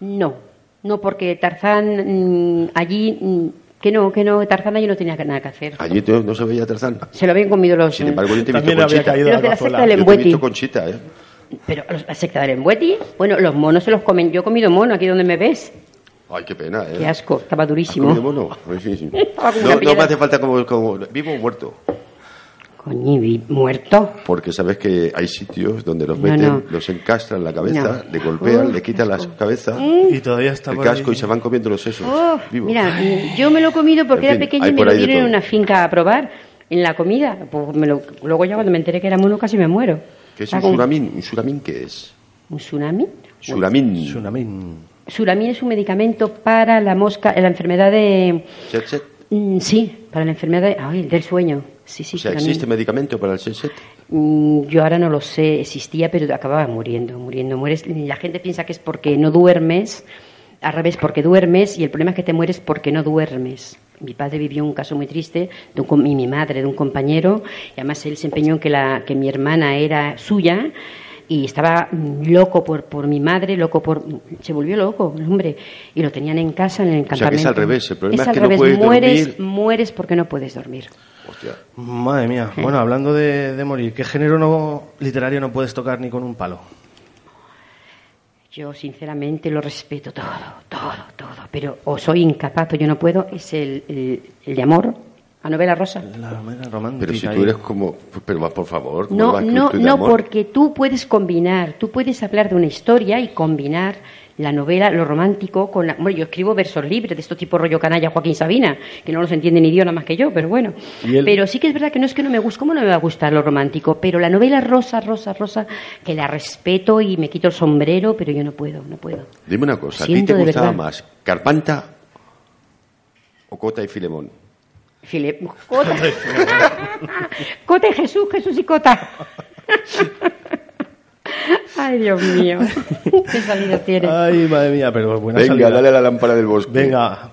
No, no, porque Tarzán mm, allí, mm, que no, que no, Tarzán allí no tenía nada que hacer.
Allí no, no se veía Tarzán.
Se lo habían comido los. mm,
Sin embargo, yo te he visto
También había
Conchita.
caído
Los
la
de la secta
cazuela.
del
Yo te he
Embueti.
visto Conchita, ¿eh?
Pero los- la secta del Embueti, bueno, los monos se los comen. Yo he comido mono aquí donde me ves.
Ay, qué pena, ¿eh?
Qué asco, estaba
¿Has comido
durísimo.
mono? Sí, sí.
Estaba con una
No, no me
piedra.
hace falta como, como... ¿Vivo o muerto?
Coño, vi- muerto.
Porque sabes que hay sitios donde los
No,
meten,
no.
los encastran la cabeza,
No.
le golpean,
Uh,
le quitan la
asco.
cabeza,
Y todavía está
el
por ahí.
casco y se van comiendo los sesos.
Oh,
Vivo.
mira, mm, yo me lo he comido porque
En
era
fin,
pequeña
hay
y me
por
lo
ahí de
dieron en
todo.
una finca a probar en la comida. Pues me lo- luego ya cuando me enteré que era mono casi me muero.
¿Qué es un
Estaba con-
suramín? ¿Un suramín qué es?
¿Un tsunami?
Suramín.
Tsunami.
Suramín es un medicamento para la mosca, la enfermedad de...
Setset.
Mm, sí, para la enfermedad de- ay, del sueño. Sí, sí,
O sea,
para mí.
¿existe medicamento para el setset?
Mm, Yo ahora no lo sé, existía, pero acababa muriendo, muriendo, mueres. La gente piensa que es porque no duermes, al revés, porque duermes, y el problema es que te mueres porque no duermes. Mi padre vivió un caso muy triste, de un com- y mi madre, de un compañero, y además él se empeñó en que, la, que mi hermana era suya, y estaba mm, loco por, por mi madre, loco por... mm, Se volvió loco, el hombre, y lo tenían en casa, en el
sea, que
campamento.
es al revés, el problema es
al
que no
revés,
puedes
mueres,
dormir.
mueres porque no puedes dormir.
Hostia.
Madre mía. Bueno, hablando de, de morir, ¿qué género no, literario no puedes tocar ni con un palo?
Yo sinceramente lo respeto todo, todo, todo, pero o soy incapaz o yo no puedo, es el, el, el de amor, a novela rosa.
La manera romántica.
Pero si
ahí.
tú eres como... Pero va, por favor. ¿cómo
No,
vas tú-
no,
tú de
no,
amor?
porque tú puedes combinar, tú puedes hablar de una historia y combinar la novela, lo romántico, con la... Bueno, yo escribo versos libres de estos tipo rollo canalla Joaquín Sabina, que no los entiende ni Dios nada más que yo, pero bueno.
Y él-
Pero sí que es verdad que no es que no me guste, ¿cómo no me va a gustar lo romántico? Pero la novela rosa, rosa, rosa, que la respeto y me quito el sombrero, pero yo no puedo, no puedo.
Dime una cosa, ¿a ti
Siento
te
de
gustaba
verdad.
más Carpanta o Cota y Filemón?
File- Cota. Cota y Jesús, Jesús y Cota. Ay, Dios mío. Qué salida tiene.
Ay, madre mía, pero buena
Venga,
salida.
dale a la lámpara del bosque.
Venga,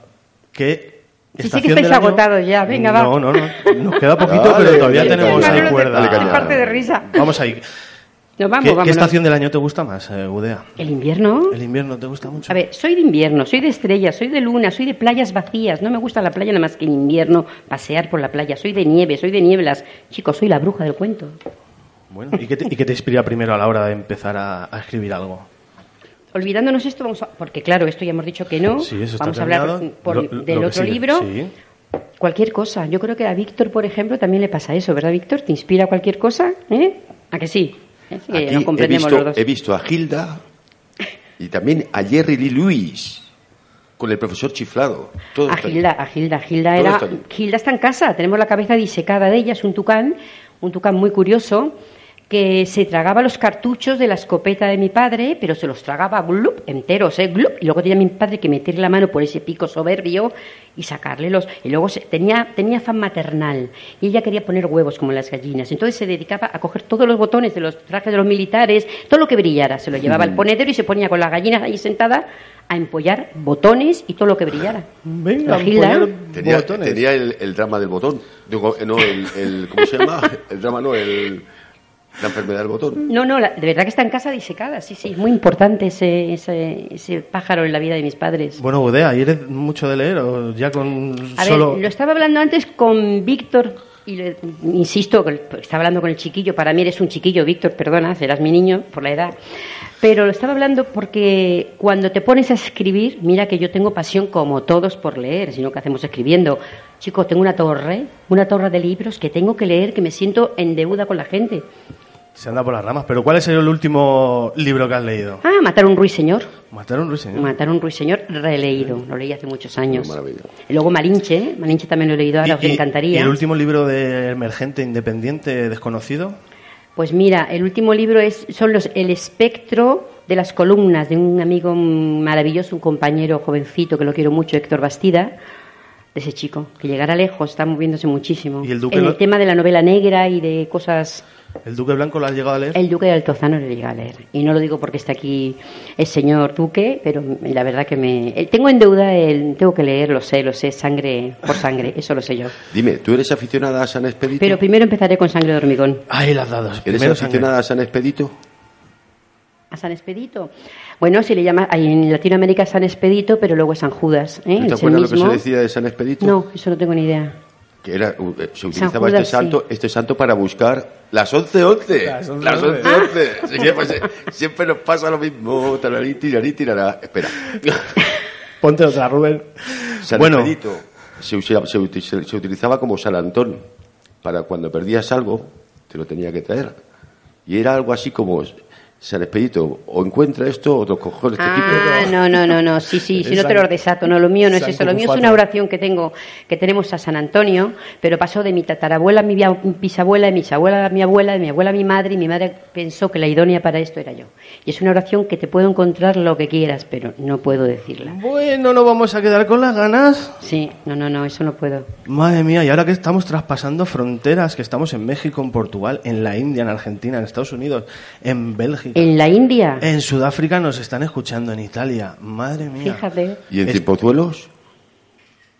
¿qué?
Sí, sí que
estación
estáis
del año?
agotados ya, venga, va.
No, no, no, nos queda poquito,
Dale,
pero todavía
dale
tenemos
caña,
ahí
dale
cuerda.
caña. Dale caña.
Parte de risa.
Vamos ahí.
Nos vamos,
¿Qué, qué
vámonos.
estación del año te gusta más, eh, Gudea?
¿El invierno?
¿El invierno te gusta mucho?
A ver, soy de invierno, soy de estrellas, soy de luna, soy de playas vacías. No me gusta la playa nada más que en invierno, pasear por la playa. Soy de nieve, soy de nieblas. Chicos, soy la bruja del cuento.
Bueno, ¿y qué, te, y qué te inspira primero a la hora de empezar a, a escribir algo?
Olvidándonos esto, vamos a- porque claro, esto ya hemos dicho que no.
Sí, eso está
vamos a hablar
terminado.
por-
Lo- lo-
del
lo que
otro
sigue.
libro.
Sí.
Cualquier cosa. Yo creo que a Víctor, por ejemplo, también le pasa eso, ¿verdad, Víctor? ¿Te inspira cualquier cosa? ¿Eh? ¿A que sí? Es que
Aquí
nos
he,
comprendemos
visto,
los
he
dos.
visto a Gilda y también a Jerry Lee Lewis con el profesor chiflado. Todo
A
está ahí.
Gilda, a Gilda, Gilda
Todo
era.
está bien.
Gilda está en casa, tenemos la cabeza disecada de ella, es un tucán, un tucán muy curioso, que se tragaba los cartuchos de la escopeta de mi padre, pero se los tragaba glup, enteros, ¿eh? glup, y luego tenía mi padre que meterle la mano por ese pico soberbio y sacarle los. Y luego se- tenía, tenía afán maternal, y ella quería poner huevos como las gallinas, entonces se dedicaba a coger todos los botones de los trajes de los militares, todo lo que brillara, se lo llevaba
Mm.
al ponedero y se ponía con las gallinas ahí sentada a empollar botones y todo lo que brillara.
Venga,
La Gilda.
poner
Tenía,
botones.
tenía el, el drama del botón. Digo, eh, no, el, el- ¿Cómo se llama? El drama no, el, la enfermedad del botón.
No, no, la- de verdad que está en casa disecada, sí, sí, es muy importante ese, ese, ese pájaro en la vida de mis padres.
Bueno, Gudea, ¿y eres mucho de leer o ya con
A
solo...?
ver, lo estaba hablando antes con Víctor, y le- insisto, que estaba hablando con el chiquillo, para mí eres un chiquillo, Víctor, perdona, serás mi niño por la edad, pero lo estaba hablando porque cuando te pones a escribir, mira que yo tengo pasión como todos por leer, sino que hacemos escribiendo. Chicos, tengo una torre, una torre de libros que tengo que leer, que me siento en deuda con la gente.
Se anda por las ramas, pero ¿cuál es el último libro que has leído?
Ah, matar un ruiseñor.
Matar a un ruiseñor.
Matar a un ruiseñor releído, lo leí hace muchos años.
Maravilla.
Y luego Malinche, ¿eh? Malinche también lo he leído
Y-
ahora, os
y-
encantaría.
¿Y el último libro de Emergente, Independiente, Desconocido?
Pues mira, el último libro es son los El espectro de las columnas de un amigo maravilloso, un compañero jovencito que lo quiero mucho, Héctor Bastida, de ese chico, que llegará lejos, está moviéndose muchísimo.
¿Y el Duque
en
lo-
el tema de la novela negra y de cosas
¿El Duque Blanco lo has llegado a leer?
El Duque de Altozano le llega a leer. Y no lo digo porque está aquí el señor Duque, pero la verdad que me. eh, Tengo en deuda el. Tengo que leer, lo sé, lo sé, sangre por sangre, eso lo sé yo.
Dime, ¿tú eres aficionada a San Expedito?
Pero primero empezaré con Sangre de Hormigón.
Ahí las dadas.
¿Eres
Primero sangre.
aficionada a San Expedito?
¿A San Expedito? Bueno, si le llama. ahí En Latinoamérica es San Expedito, pero luego es San Judas. ¿eh?
¿Tú te
Es el
acuerdas lo que se
mismo.
decía de San Expedito?
No, eso no tengo ni idea.
Que era, u- eh, se utilizaba
Judas,
este santo,
sí.
este santo para buscar las 11-11.
Las
Las 11-11.
Ah.
Sí, que, pues, eh, siempre nos pasa lo mismo. Tararí, tirarí, tirará. Espera.
Ponte otra, Rubén.
San
bueno,
Expedito se, usa- se uti- se- se utilizaba como San Antón. Para cuando perdías algo, te lo tenía que traer. Y era algo así como... San Expedito, o encuentra esto o los cojones te este
Ah,
quito.
no, no, no, no, sí, sí, si no te lo desato, no, lo mío no es
San
eso, lo mío es
Cucufato.
una oración que tengo, que tenemos a San Antonio, pero pasó de mi tatarabuela a mi bia- bisabuela, de mi bisabuela a mi abuela, de mi abuela a mi madre, y mi madre pensó que la idónea para esto era yo. Y es una oración que te puedo encontrar lo que quieras, pero no puedo decirla.
bueno, no vamos a quedar con las ganas.
Sí, no, no, no, eso no puedo.
Madre mía, y ahora que estamos traspasando fronteras, que estamos en México, en Portugal, en la India, en Argentina, en Estados Unidos, en Bélgica,
En la India,
en Sudáfrica nos están escuchando, en Italia. Madre mía.
fíjate,
¿Y en
Es-
Cipozuelos?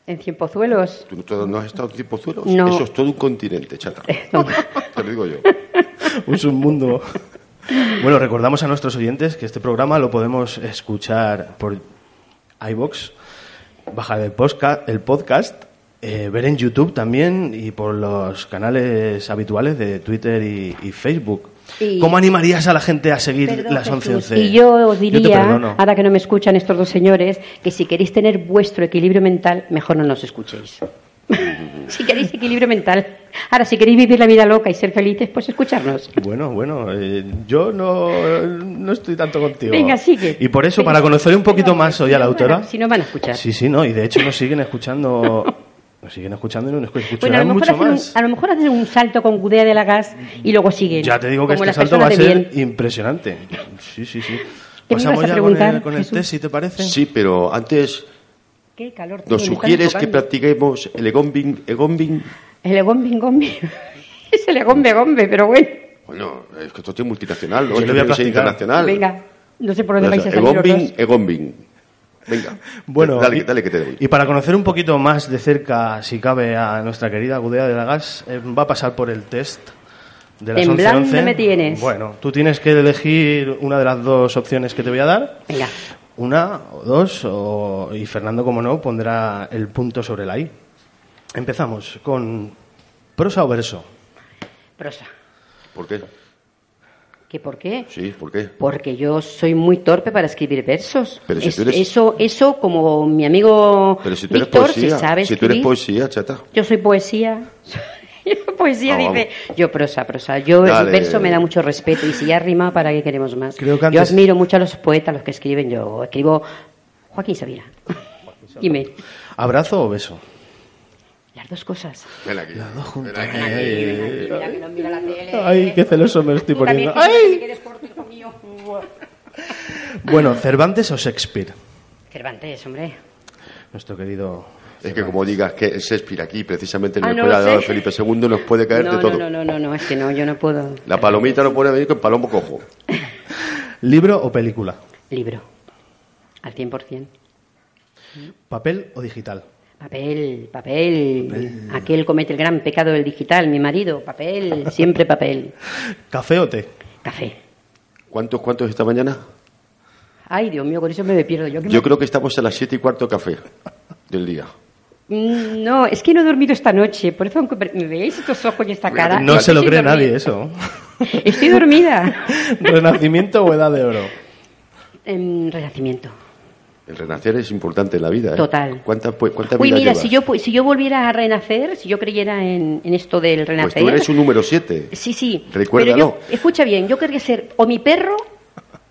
en Cienpozuelos,
¿Tú no- no has estado en Cipozuelos?
No.
Eso es todo un continente, chata. Te lo digo yo.
un submundo. Bueno, recordamos a nuestros oyentes que este programa lo podemos escuchar por iBox, bajar el podcast, el podcast eh, ver en YouTube también y por los canales habituales de Twitter y, y Facebook.
Y-
¿Cómo animarías a la gente a seguir las 11
Jesús, Y yo os diría,
te perdono.
ahora que no me escuchan estos dos señores, que si queréis tener vuestro equilibrio mental, mejor no nos escuchéis. si queréis equilibrio mental. Ahora, si queréis vivir la vida loca y ser felices, pues escucharnos.
Bueno, bueno, eh, yo no, no estoy tanto contigo.
Venga, sigue.
Y por eso,
Venga.
para conocer un poquito
No,
más hoy
si
a la
no van
autora.
Si no van a escuchar.
Sí, sí, no, y de hecho nos siguen escuchando. Nos siguen escuchando y nos escuchan
Bueno, a lo, mejor
mucho
hacen un,
más.
a lo mejor hacen un salto con Gudea de la Gas y luego siguen.
Ya te digo que
como
este
las
salto va a
personas de
ser
bien.
impresionante. Sí, sí, sí.
¿Qué me ibas
Pasamos
a
ya con
preguntar,
el, con el
Jesús?
test, si te parece.
Sí, pero antes
Qué calor. tío,
nos
me están
sugieres que
sofocando.
practiquemos el egombing. egombing?
El egombe, egombe. Es el egombe, egombe, pero bueno.
Bueno, es que esto es multinacional, ¿no?
Yo
Esto
lo voy a
tiene que ser
practicar.
internacional.
Venga, no sé por dónde vais a salir los
Egombing,
dos.
egombing. Venga.
Bueno,
dale,
y,
dale que te doy.
y para conocer un poquito más de cerca, si cabe, a nuestra querida Gudea de la Gas, eh, va a pasar por el test de las
Temblando
11
me tienes.
Bueno, tú tienes que elegir una de las dos opciones que te voy a dar.
Venga.
Una o dos, o- y Fernando, como no, pondrá el punto sobre la I. Empezamos con prosa o verso.
Prosa.
¿Por qué?
¿Qué por qué?
Sí, ¿por qué?
Porque yo soy muy torpe para escribir versos.
Pero si
Es-
tú eres-
Eso, eso como mi amigo
Pero si tú eres
Víctor, se
poesía,
sabe
si tú eres
escribir.
poesía, chata.
Yo soy poesía. Yo poesía
Ah,
dice,
vamos.
yo prosa, prosa. Yo
Dale.
el verso me da mucho respeto y si ya rima, ¿para qué queremos más?
Creo que antes-
Yo admiro mucho a los poetas, los que escriben. Yo escribo Joaquín Sabina. Dime,
¿Abrazo o beso?
las dos cosas.
Ven aquí.
Mira que no mira la tele.
Ay, qué celoso me estoy
Tú también,
poniendo.
que siempre te
¡Ay!
quieres corto, hijo mío.
Bueno, Cervantes o Shakespeare.
Cervantes, hombre.
Nuestro querido.
Es que como digas que el Shakespeare aquí, precisamente en
Ah,
el
no
escuela
lo
de
sé.
Felipe II, nos puede caer
no,
de
no,
todo.
No, no, no, no, es que no, yo no puedo.
La palomita no puede venir con palomo cojo.
¿Libro o película?
Libro, al 100%.
¿Papel o digital?
Papel, papel, Aquel comete el gran pecado del digital, mi marido. Papel, siempre papel.
¿Café o té?
Café.
¿Cuántos, cuántos esta mañana?
Ay, Dios mío, con eso me pierdo. Yo, que
Yo
me-
creo que estamos a las siete y cuarto café del día.
Mm, No, es que no he dormido esta noche. Por eso, aunque me veáis estos ojos y esta
Mira,
cara.
No
es
se
que
lo
estoy
cree
dormida.
nadie eso.
¿eh?
Estoy dormida.
¿Renacimiento o edad de oro?
Em, renacimiento.
El renacer es importante en la vida. ¿eh?
Total.
¿Cuántas, pues, cuántas
Uy,
vidas
mira,
llevas?
si yo, pu- si yo volviera a renacer, si yo creyera en, en esto del
Pues
renacer.
tú eres un número siete.
Sí, sí.
Recuérdalo.
Pero yo- escucha bien, yo querría ser o mi perro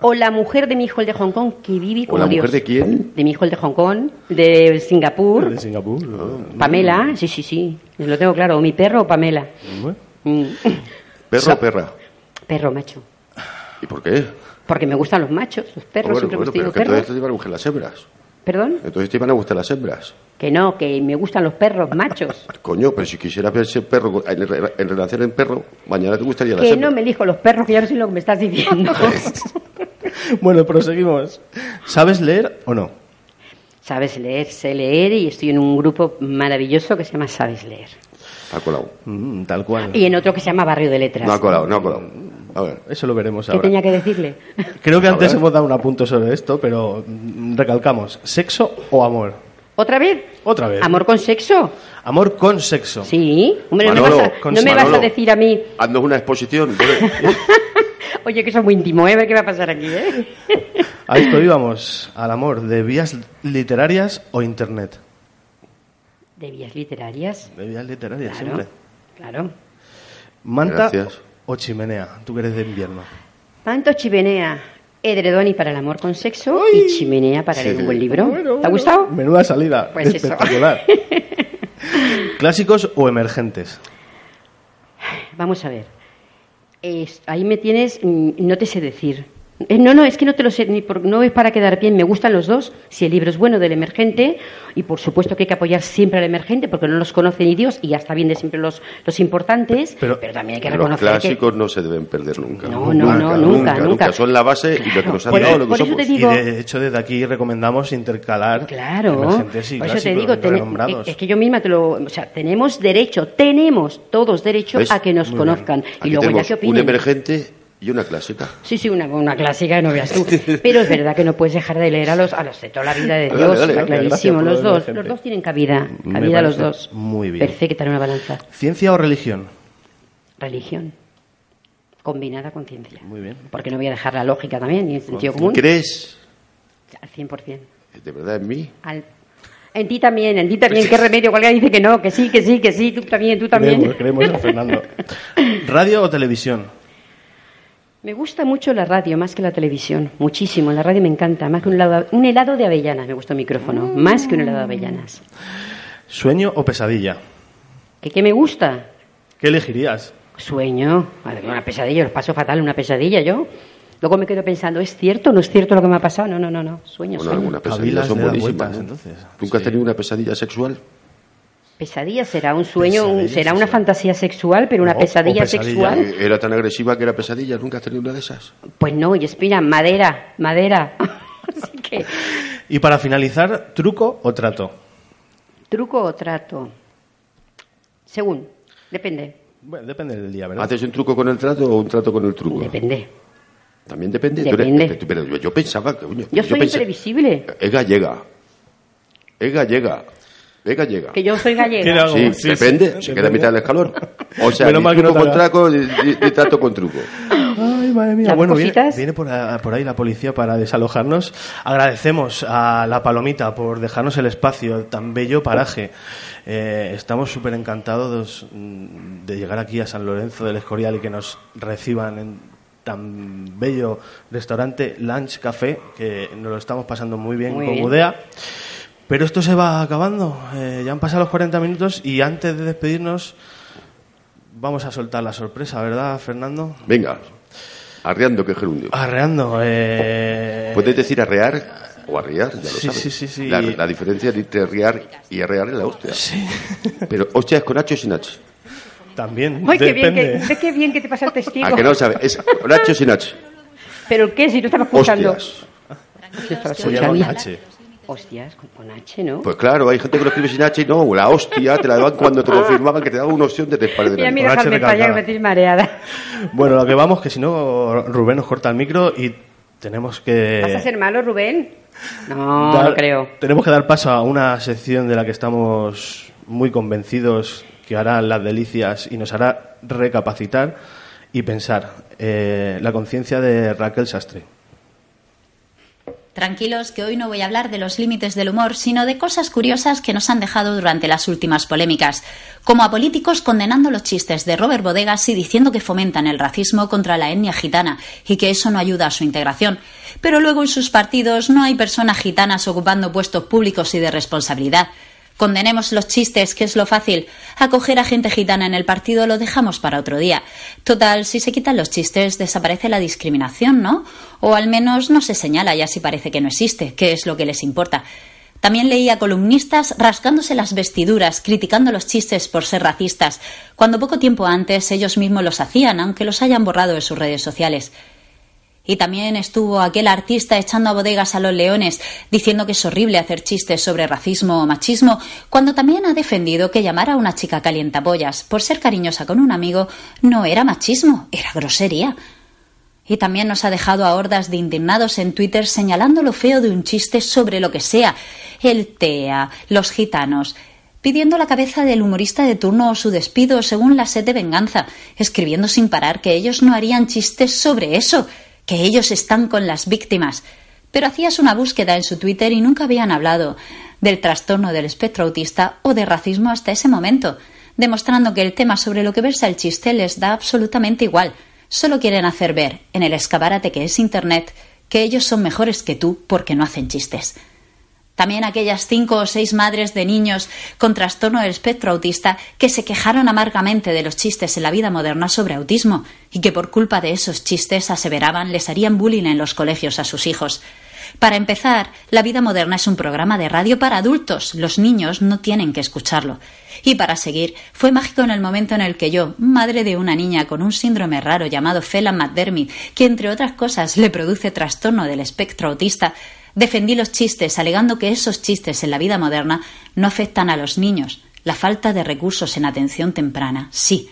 o la mujer de mi hijo, el de Hong Kong, que vive
¿O
como
la
Dios.
mujer de quién?
De mi hijo, el de Hong Kong, de Singapur.
¿De Singapur?
Pamela, sí, sí, sí, lo tengo claro. O mi perro o Pamela.
Bueno.
Mm.
¿Perro
Sa-
o perra?
Perro macho.
¿Y por qué?
Porque me gustan los machos, los perros,
bueno,
siempre
bueno,
me
pero
gustan
que
los
entonces te
perros.
van a gustar las hembras.
¿Perdón?
Entonces te van a gustar las hembras.
Que no, que me gustan los perros machos.
Coño, pero si quisieras ver ese perro, en, re- en renacer en perro, mañana te gustaría las
que no
hembras.
me elijo los perros, que ya no sé lo que me estás diciendo.
Bueno, proseguimos. ¿Sabes leer o no?
Sabes leer, sé leer y estoy en un grupo maravilloso que se llama Sabes leer.
Ha colado.
Mm, tal cual.
Y en otro que se llama Barrio de Letras.
No ha colado, no ha colado. A ver.
Eso lo veremos
¿Qué
ahora.
tenía que decirle?
Creo que
A
antes
ver.
hemos dado un apunto sobre esto, pero mm, recalcamos. ¿Sexo o amor?
¿Otra vez?
Otra vez.
¿Amor con sexo?
Amor con sexo.
Sí. Hombre, no me
Manolo,
vas a- no
con-
me vas a
Manolo.
decir a mí,
Haznos una exposición. ¿vale?
Oye, que eso es muy íntimo, ¿eh? A ver qué va a pasar aquí, ¿eh?
A esto íbamos. Al amor de vías literarias o internet.
De vías literarias.
De vías literarias,
Claro.
siempre.
Claro.
¿Manta
Gracias.
o chimenea? Tú que eres de invierno.
Panto chimenea, edredón y para el amor con sexo y chimenea para leer un buen libro.
Bueno,
¿Te ha
bueno.
gustado?
Menuda salida.
Pues eso.
Espectacular. ¿Clásicos o emergentes?
Vamos a ver. Es- ahí me tienes, mm, no te sé decir. Eh, No, no, es que no te lo sé, ni por- no es para quedar bien, me gustan los dos, si el libro es bueno del emergente, y por supuesto que hay que apoyar siempre al emergente, porque no los conoce ni Dios, y ya está bien de siempre los, los importantes,
Pero-
pero, también hay que
Los
reconocer que...
clásicos no se deben perder nunca.
No, no, no, nunca, nunca.
Son la base y lo que
Claro,
nos han
por
dado,
eso-
lo que
por eso
somos.
te digo-
y de hecho, desde aquí recomendamos intercalar
Claro,
emergentes y
por eso te
clásicos
digo, tene-
renombrados.
es que yo misma te lo, o sea, tenemos derecho, tenemos todos derecho
¿Ves?
a que nos conozcan y
Aquí
luego ya
tenemos
que
un
opinen.
emergente y una clásica.
Sí, sí, una, una clásica que no veas tú. Pero es verdad que no puedes dejar de leer a los, a los de toda la vida de
Dale,
Dios.
dale,
está
dale,
clarísimo,
gracias por
los
lo de la
dos.
gente.
Los dos tienen cabida.
Me
Cabida los
parece
dos.
muy bien.
Perfecta en una balanza.
¿Ciencia o religión?
Religión. Combinada con ciencia.
Muy bien.
Porque no voy a dejar la lógica también, ni el sentido común.
¿Crees
Al 100%.
de verdad en mí?
Al... En ti también, en ti también, qué remedio. Cualquiera dice que no, que sí, que sí, que sí, tú también, tú también.
Creemos, creemos en Fernando. ¿Radio o televisión?
Me gusta mucho la radio, más que la televisión. Muchísimo. La radio me encanta. Más que un helado, un helado de avellanas, me gusta el micrófono.
Mm.
Más que un helado de avellanas.
¿Sueño o pesadilla?
¿Qué, qué me gusta?
¿Qué elegirías?
Sueño. Madre mía, Una pesadilla, los paso fatal, una pesadilla yo. Luego me quedo pensando, ¿es cierto? ¿No es cierto lo que me ha pasado? No, no, no, no. Sueño,
Bueno,
sueño.
algunas pesadillas
Cavilas
son
le dan
buenísimas.
vueltas,
¿no?
entonces.
¿Nunca has
Sí.
tenido una pesadilla sexual?
Pesadilla será un sueño, un-
Pesadilla
será una
sexual.
fantasía sexual, pero una
No, o
pesadilla,
pesadilla.
sexual.
Eh, Era tan agresiva que era pesadilla. ¿Nunca has tenido una de esas?
Pues no, y espina, madera, madera. Así que,
Y para finalizar, ¿truco o trato?
truco o trato. Según, depende,
Bueno, depende del día, ¿verdad?
¿Haces un truco con el trato o un trato con el truco?
depende.
También depende. Tú eres-
Depende.
pero yo, yo pensaba que... coño,
Yo soy
pensé-
imprevisible,
Es gallega. Es gallega. Es gallega.
que yo soy
Tiene
gallega.
algo-
Sí,
sí,
depende,
sí,
se queda a mitad del escalón. O sea,
Menos
ni
mal que no
truco
te
con
haga-
traco, ni, ni- ni trato con truco.
Ay, madre mía.
Las
Bueno, viene,
cositas.
viene por, a- por ahí la policía para desalojarnos. Agradecemos a la Palomita por dejarnos el espacio, tan bello paraje. Eh, estamos súper encantados mm, de llegar aquí a San Lorenzo del Escorial y que nos reciban en tan bello restaurante Lunch Café, que nos lo estamos pasando muy bien
Muy
con
bien.
Budea. Pero esto se va acabando. Eh, ya han pasado los 40 minutos y antes de despedirnos vamos a soltar la sorpresa, ¿verdad, Fernando?
Venga, arreando que gerundio.
Arreando. Eh...
Puedes decir arrear o arriar, ya lo
Sí,
sabes.
sí, sí, sí.
La, la diferencia entre arriar y arrear es la hostia. Pero hostia es con H o sin H.
También.
Ay, qué bien,
depende.
que, ve qué bien que te pasa el testigo.
A que no lo sabes, es con H o sin H.
Pero qué, si tú estabas escuchando.
Hostias.
Si estaba
Se llama
escuchando.
H.
Hostias, con, con H, ¿no?
Pues claro, hay gente que lo escribe sin H y no, la hostia te la daban cuando te confirmaban que te daban una opción de tres pares de
Mira,
nariz.
mira,
Con H
dejarme para allá que
recalcada.
me estoy mareada.
Bueno, lo que vamos, que si no, Rubén nos corta el micro y tenemos que.
¿Vas a ser malo, Rubén? No,
dar-
no creo.
Tenemos que dar paso a una sección de la que estamos muy convencidos que hará las delicias y nos hará recapacitar y pensar. Eh, la conciencia de Raquel Sastre.
Tranquilos que hoy no voy a hablar de los límites del humor, sino de cosas curiosas que nos han dejado durante las últimas polémicas, como a políticos condenando los chistes de Robert Bodegas y diciendo que fomentan el racismo contra la etnia gitana y que eso no ayuda a su integración. Pero luego en sus partidos no hay personas gitanas ocupando puestos públicos y de responsabilidad. Condenemos los chistes, que es lo fácil. Acoger a gente gitana en el partido lo dejamos para otro día. Total, si se quitan los chistes, desaparece la discriminación, ¿no? O al menos no se señala y así parece que no existe, que es lo que les importa. También leía columnistas rasgándose las vestiduras, criticando los chistes por ser racistas, cuando poco tiempo antes ellos mismos los hacían, aunque los hayan borrado de sus redes sociales. Y también estuvo aquel artista echando a bodegas a los leones, diciendo que es horrible hacer chistes sobre racismo o machismo, cuando también ha defendido que llamar a una chica calientapollas por ser cariñosa con un amigo no era machismo, era grosería. Y también nos ha dejado a hordas de indignados en Twitter señalando lo feo de un chiste sobre lo que sea, el TEA, los gitanos, pidiendo la cabeza del humorista de turno o su despido según la sed de venganza, escribiendo sin parar que ellos no harían chistes sobre eso, que ellos están con las víctimas. Pero hacías una búsqueda en su Twitter y nunca habían hablado del trastorno del espectro autista o de racismo hasta ese momento, demostrando que el tema sobre lo que versa el chiste les da absolutamente igual. Solo quieren hacer ver, en el escaparate que es Internet, que ellos son mejores que tú porque no hacen chistes. También aquellas cinco o seis madres de niños con trastorno del espectro autista que se quejaron amargamente de los chistes en la vida moderna sobre autismo y que por culpa de esos chistes aseveraban les harían bullying en los colegios a sus hijos. Para empezar, La Vida Moderna es un programa de radio para adultos. Los niños no tienen que escucharlo. Y para seguir, fue mágico en el momento en el que yo, madre de una niña con un síndrome raro llamado Phelan McDermott, que entre otras cosas le produce trastorno del espectro autista, Defendí los chistes, alegando que esos chistes en la vida moderna no afectan a los niños. La falta de recursos en atención temprana, sí.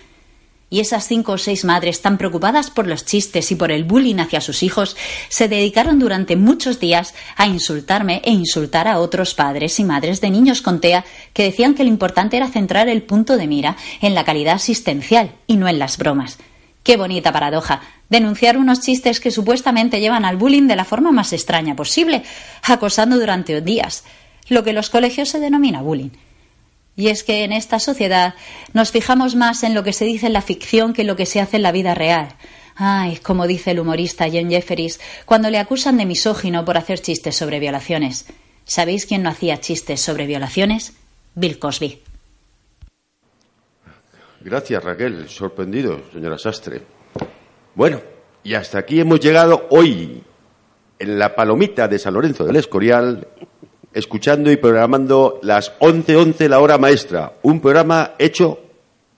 Y esas cinco o seis madres tan preocupadas por los chistes y por el bullying hacia sus hijos se dedicaron durante muchos días a insultarme e insultar a otros padres y madres de niños con TEA que decían que lo importante era centrar el punto de mira en la calidad asistencial y no en las bromas. Qué bonita paradoja. Denunciar unos chistes que supuestamente llevan al bullying de la forma más extraña posible, acosando durante días. lo que en los colegios se denomina bullying. Y es que en esta sociedad nos fijamos más en lo que se dice en la ficción que en lo que se hace en la vida real. Ay, como dice el humorista John Jefferies cuando le acusan de misógino por hacer chistes sobre violaciones. ¿Sabéis quién no hacía chistes sobre violaciones? Bill Cosby.
Gracias, Raquel. Sorprendido, señora Sastre. Bueno, y hasta aquí hemos llegado hoy, en la palomita de San Lorenzo del Escorial, escuchando y programando las 11.11 la hora maestra. Un programa hecho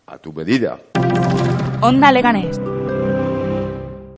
a tu medida.
Onda Leganés.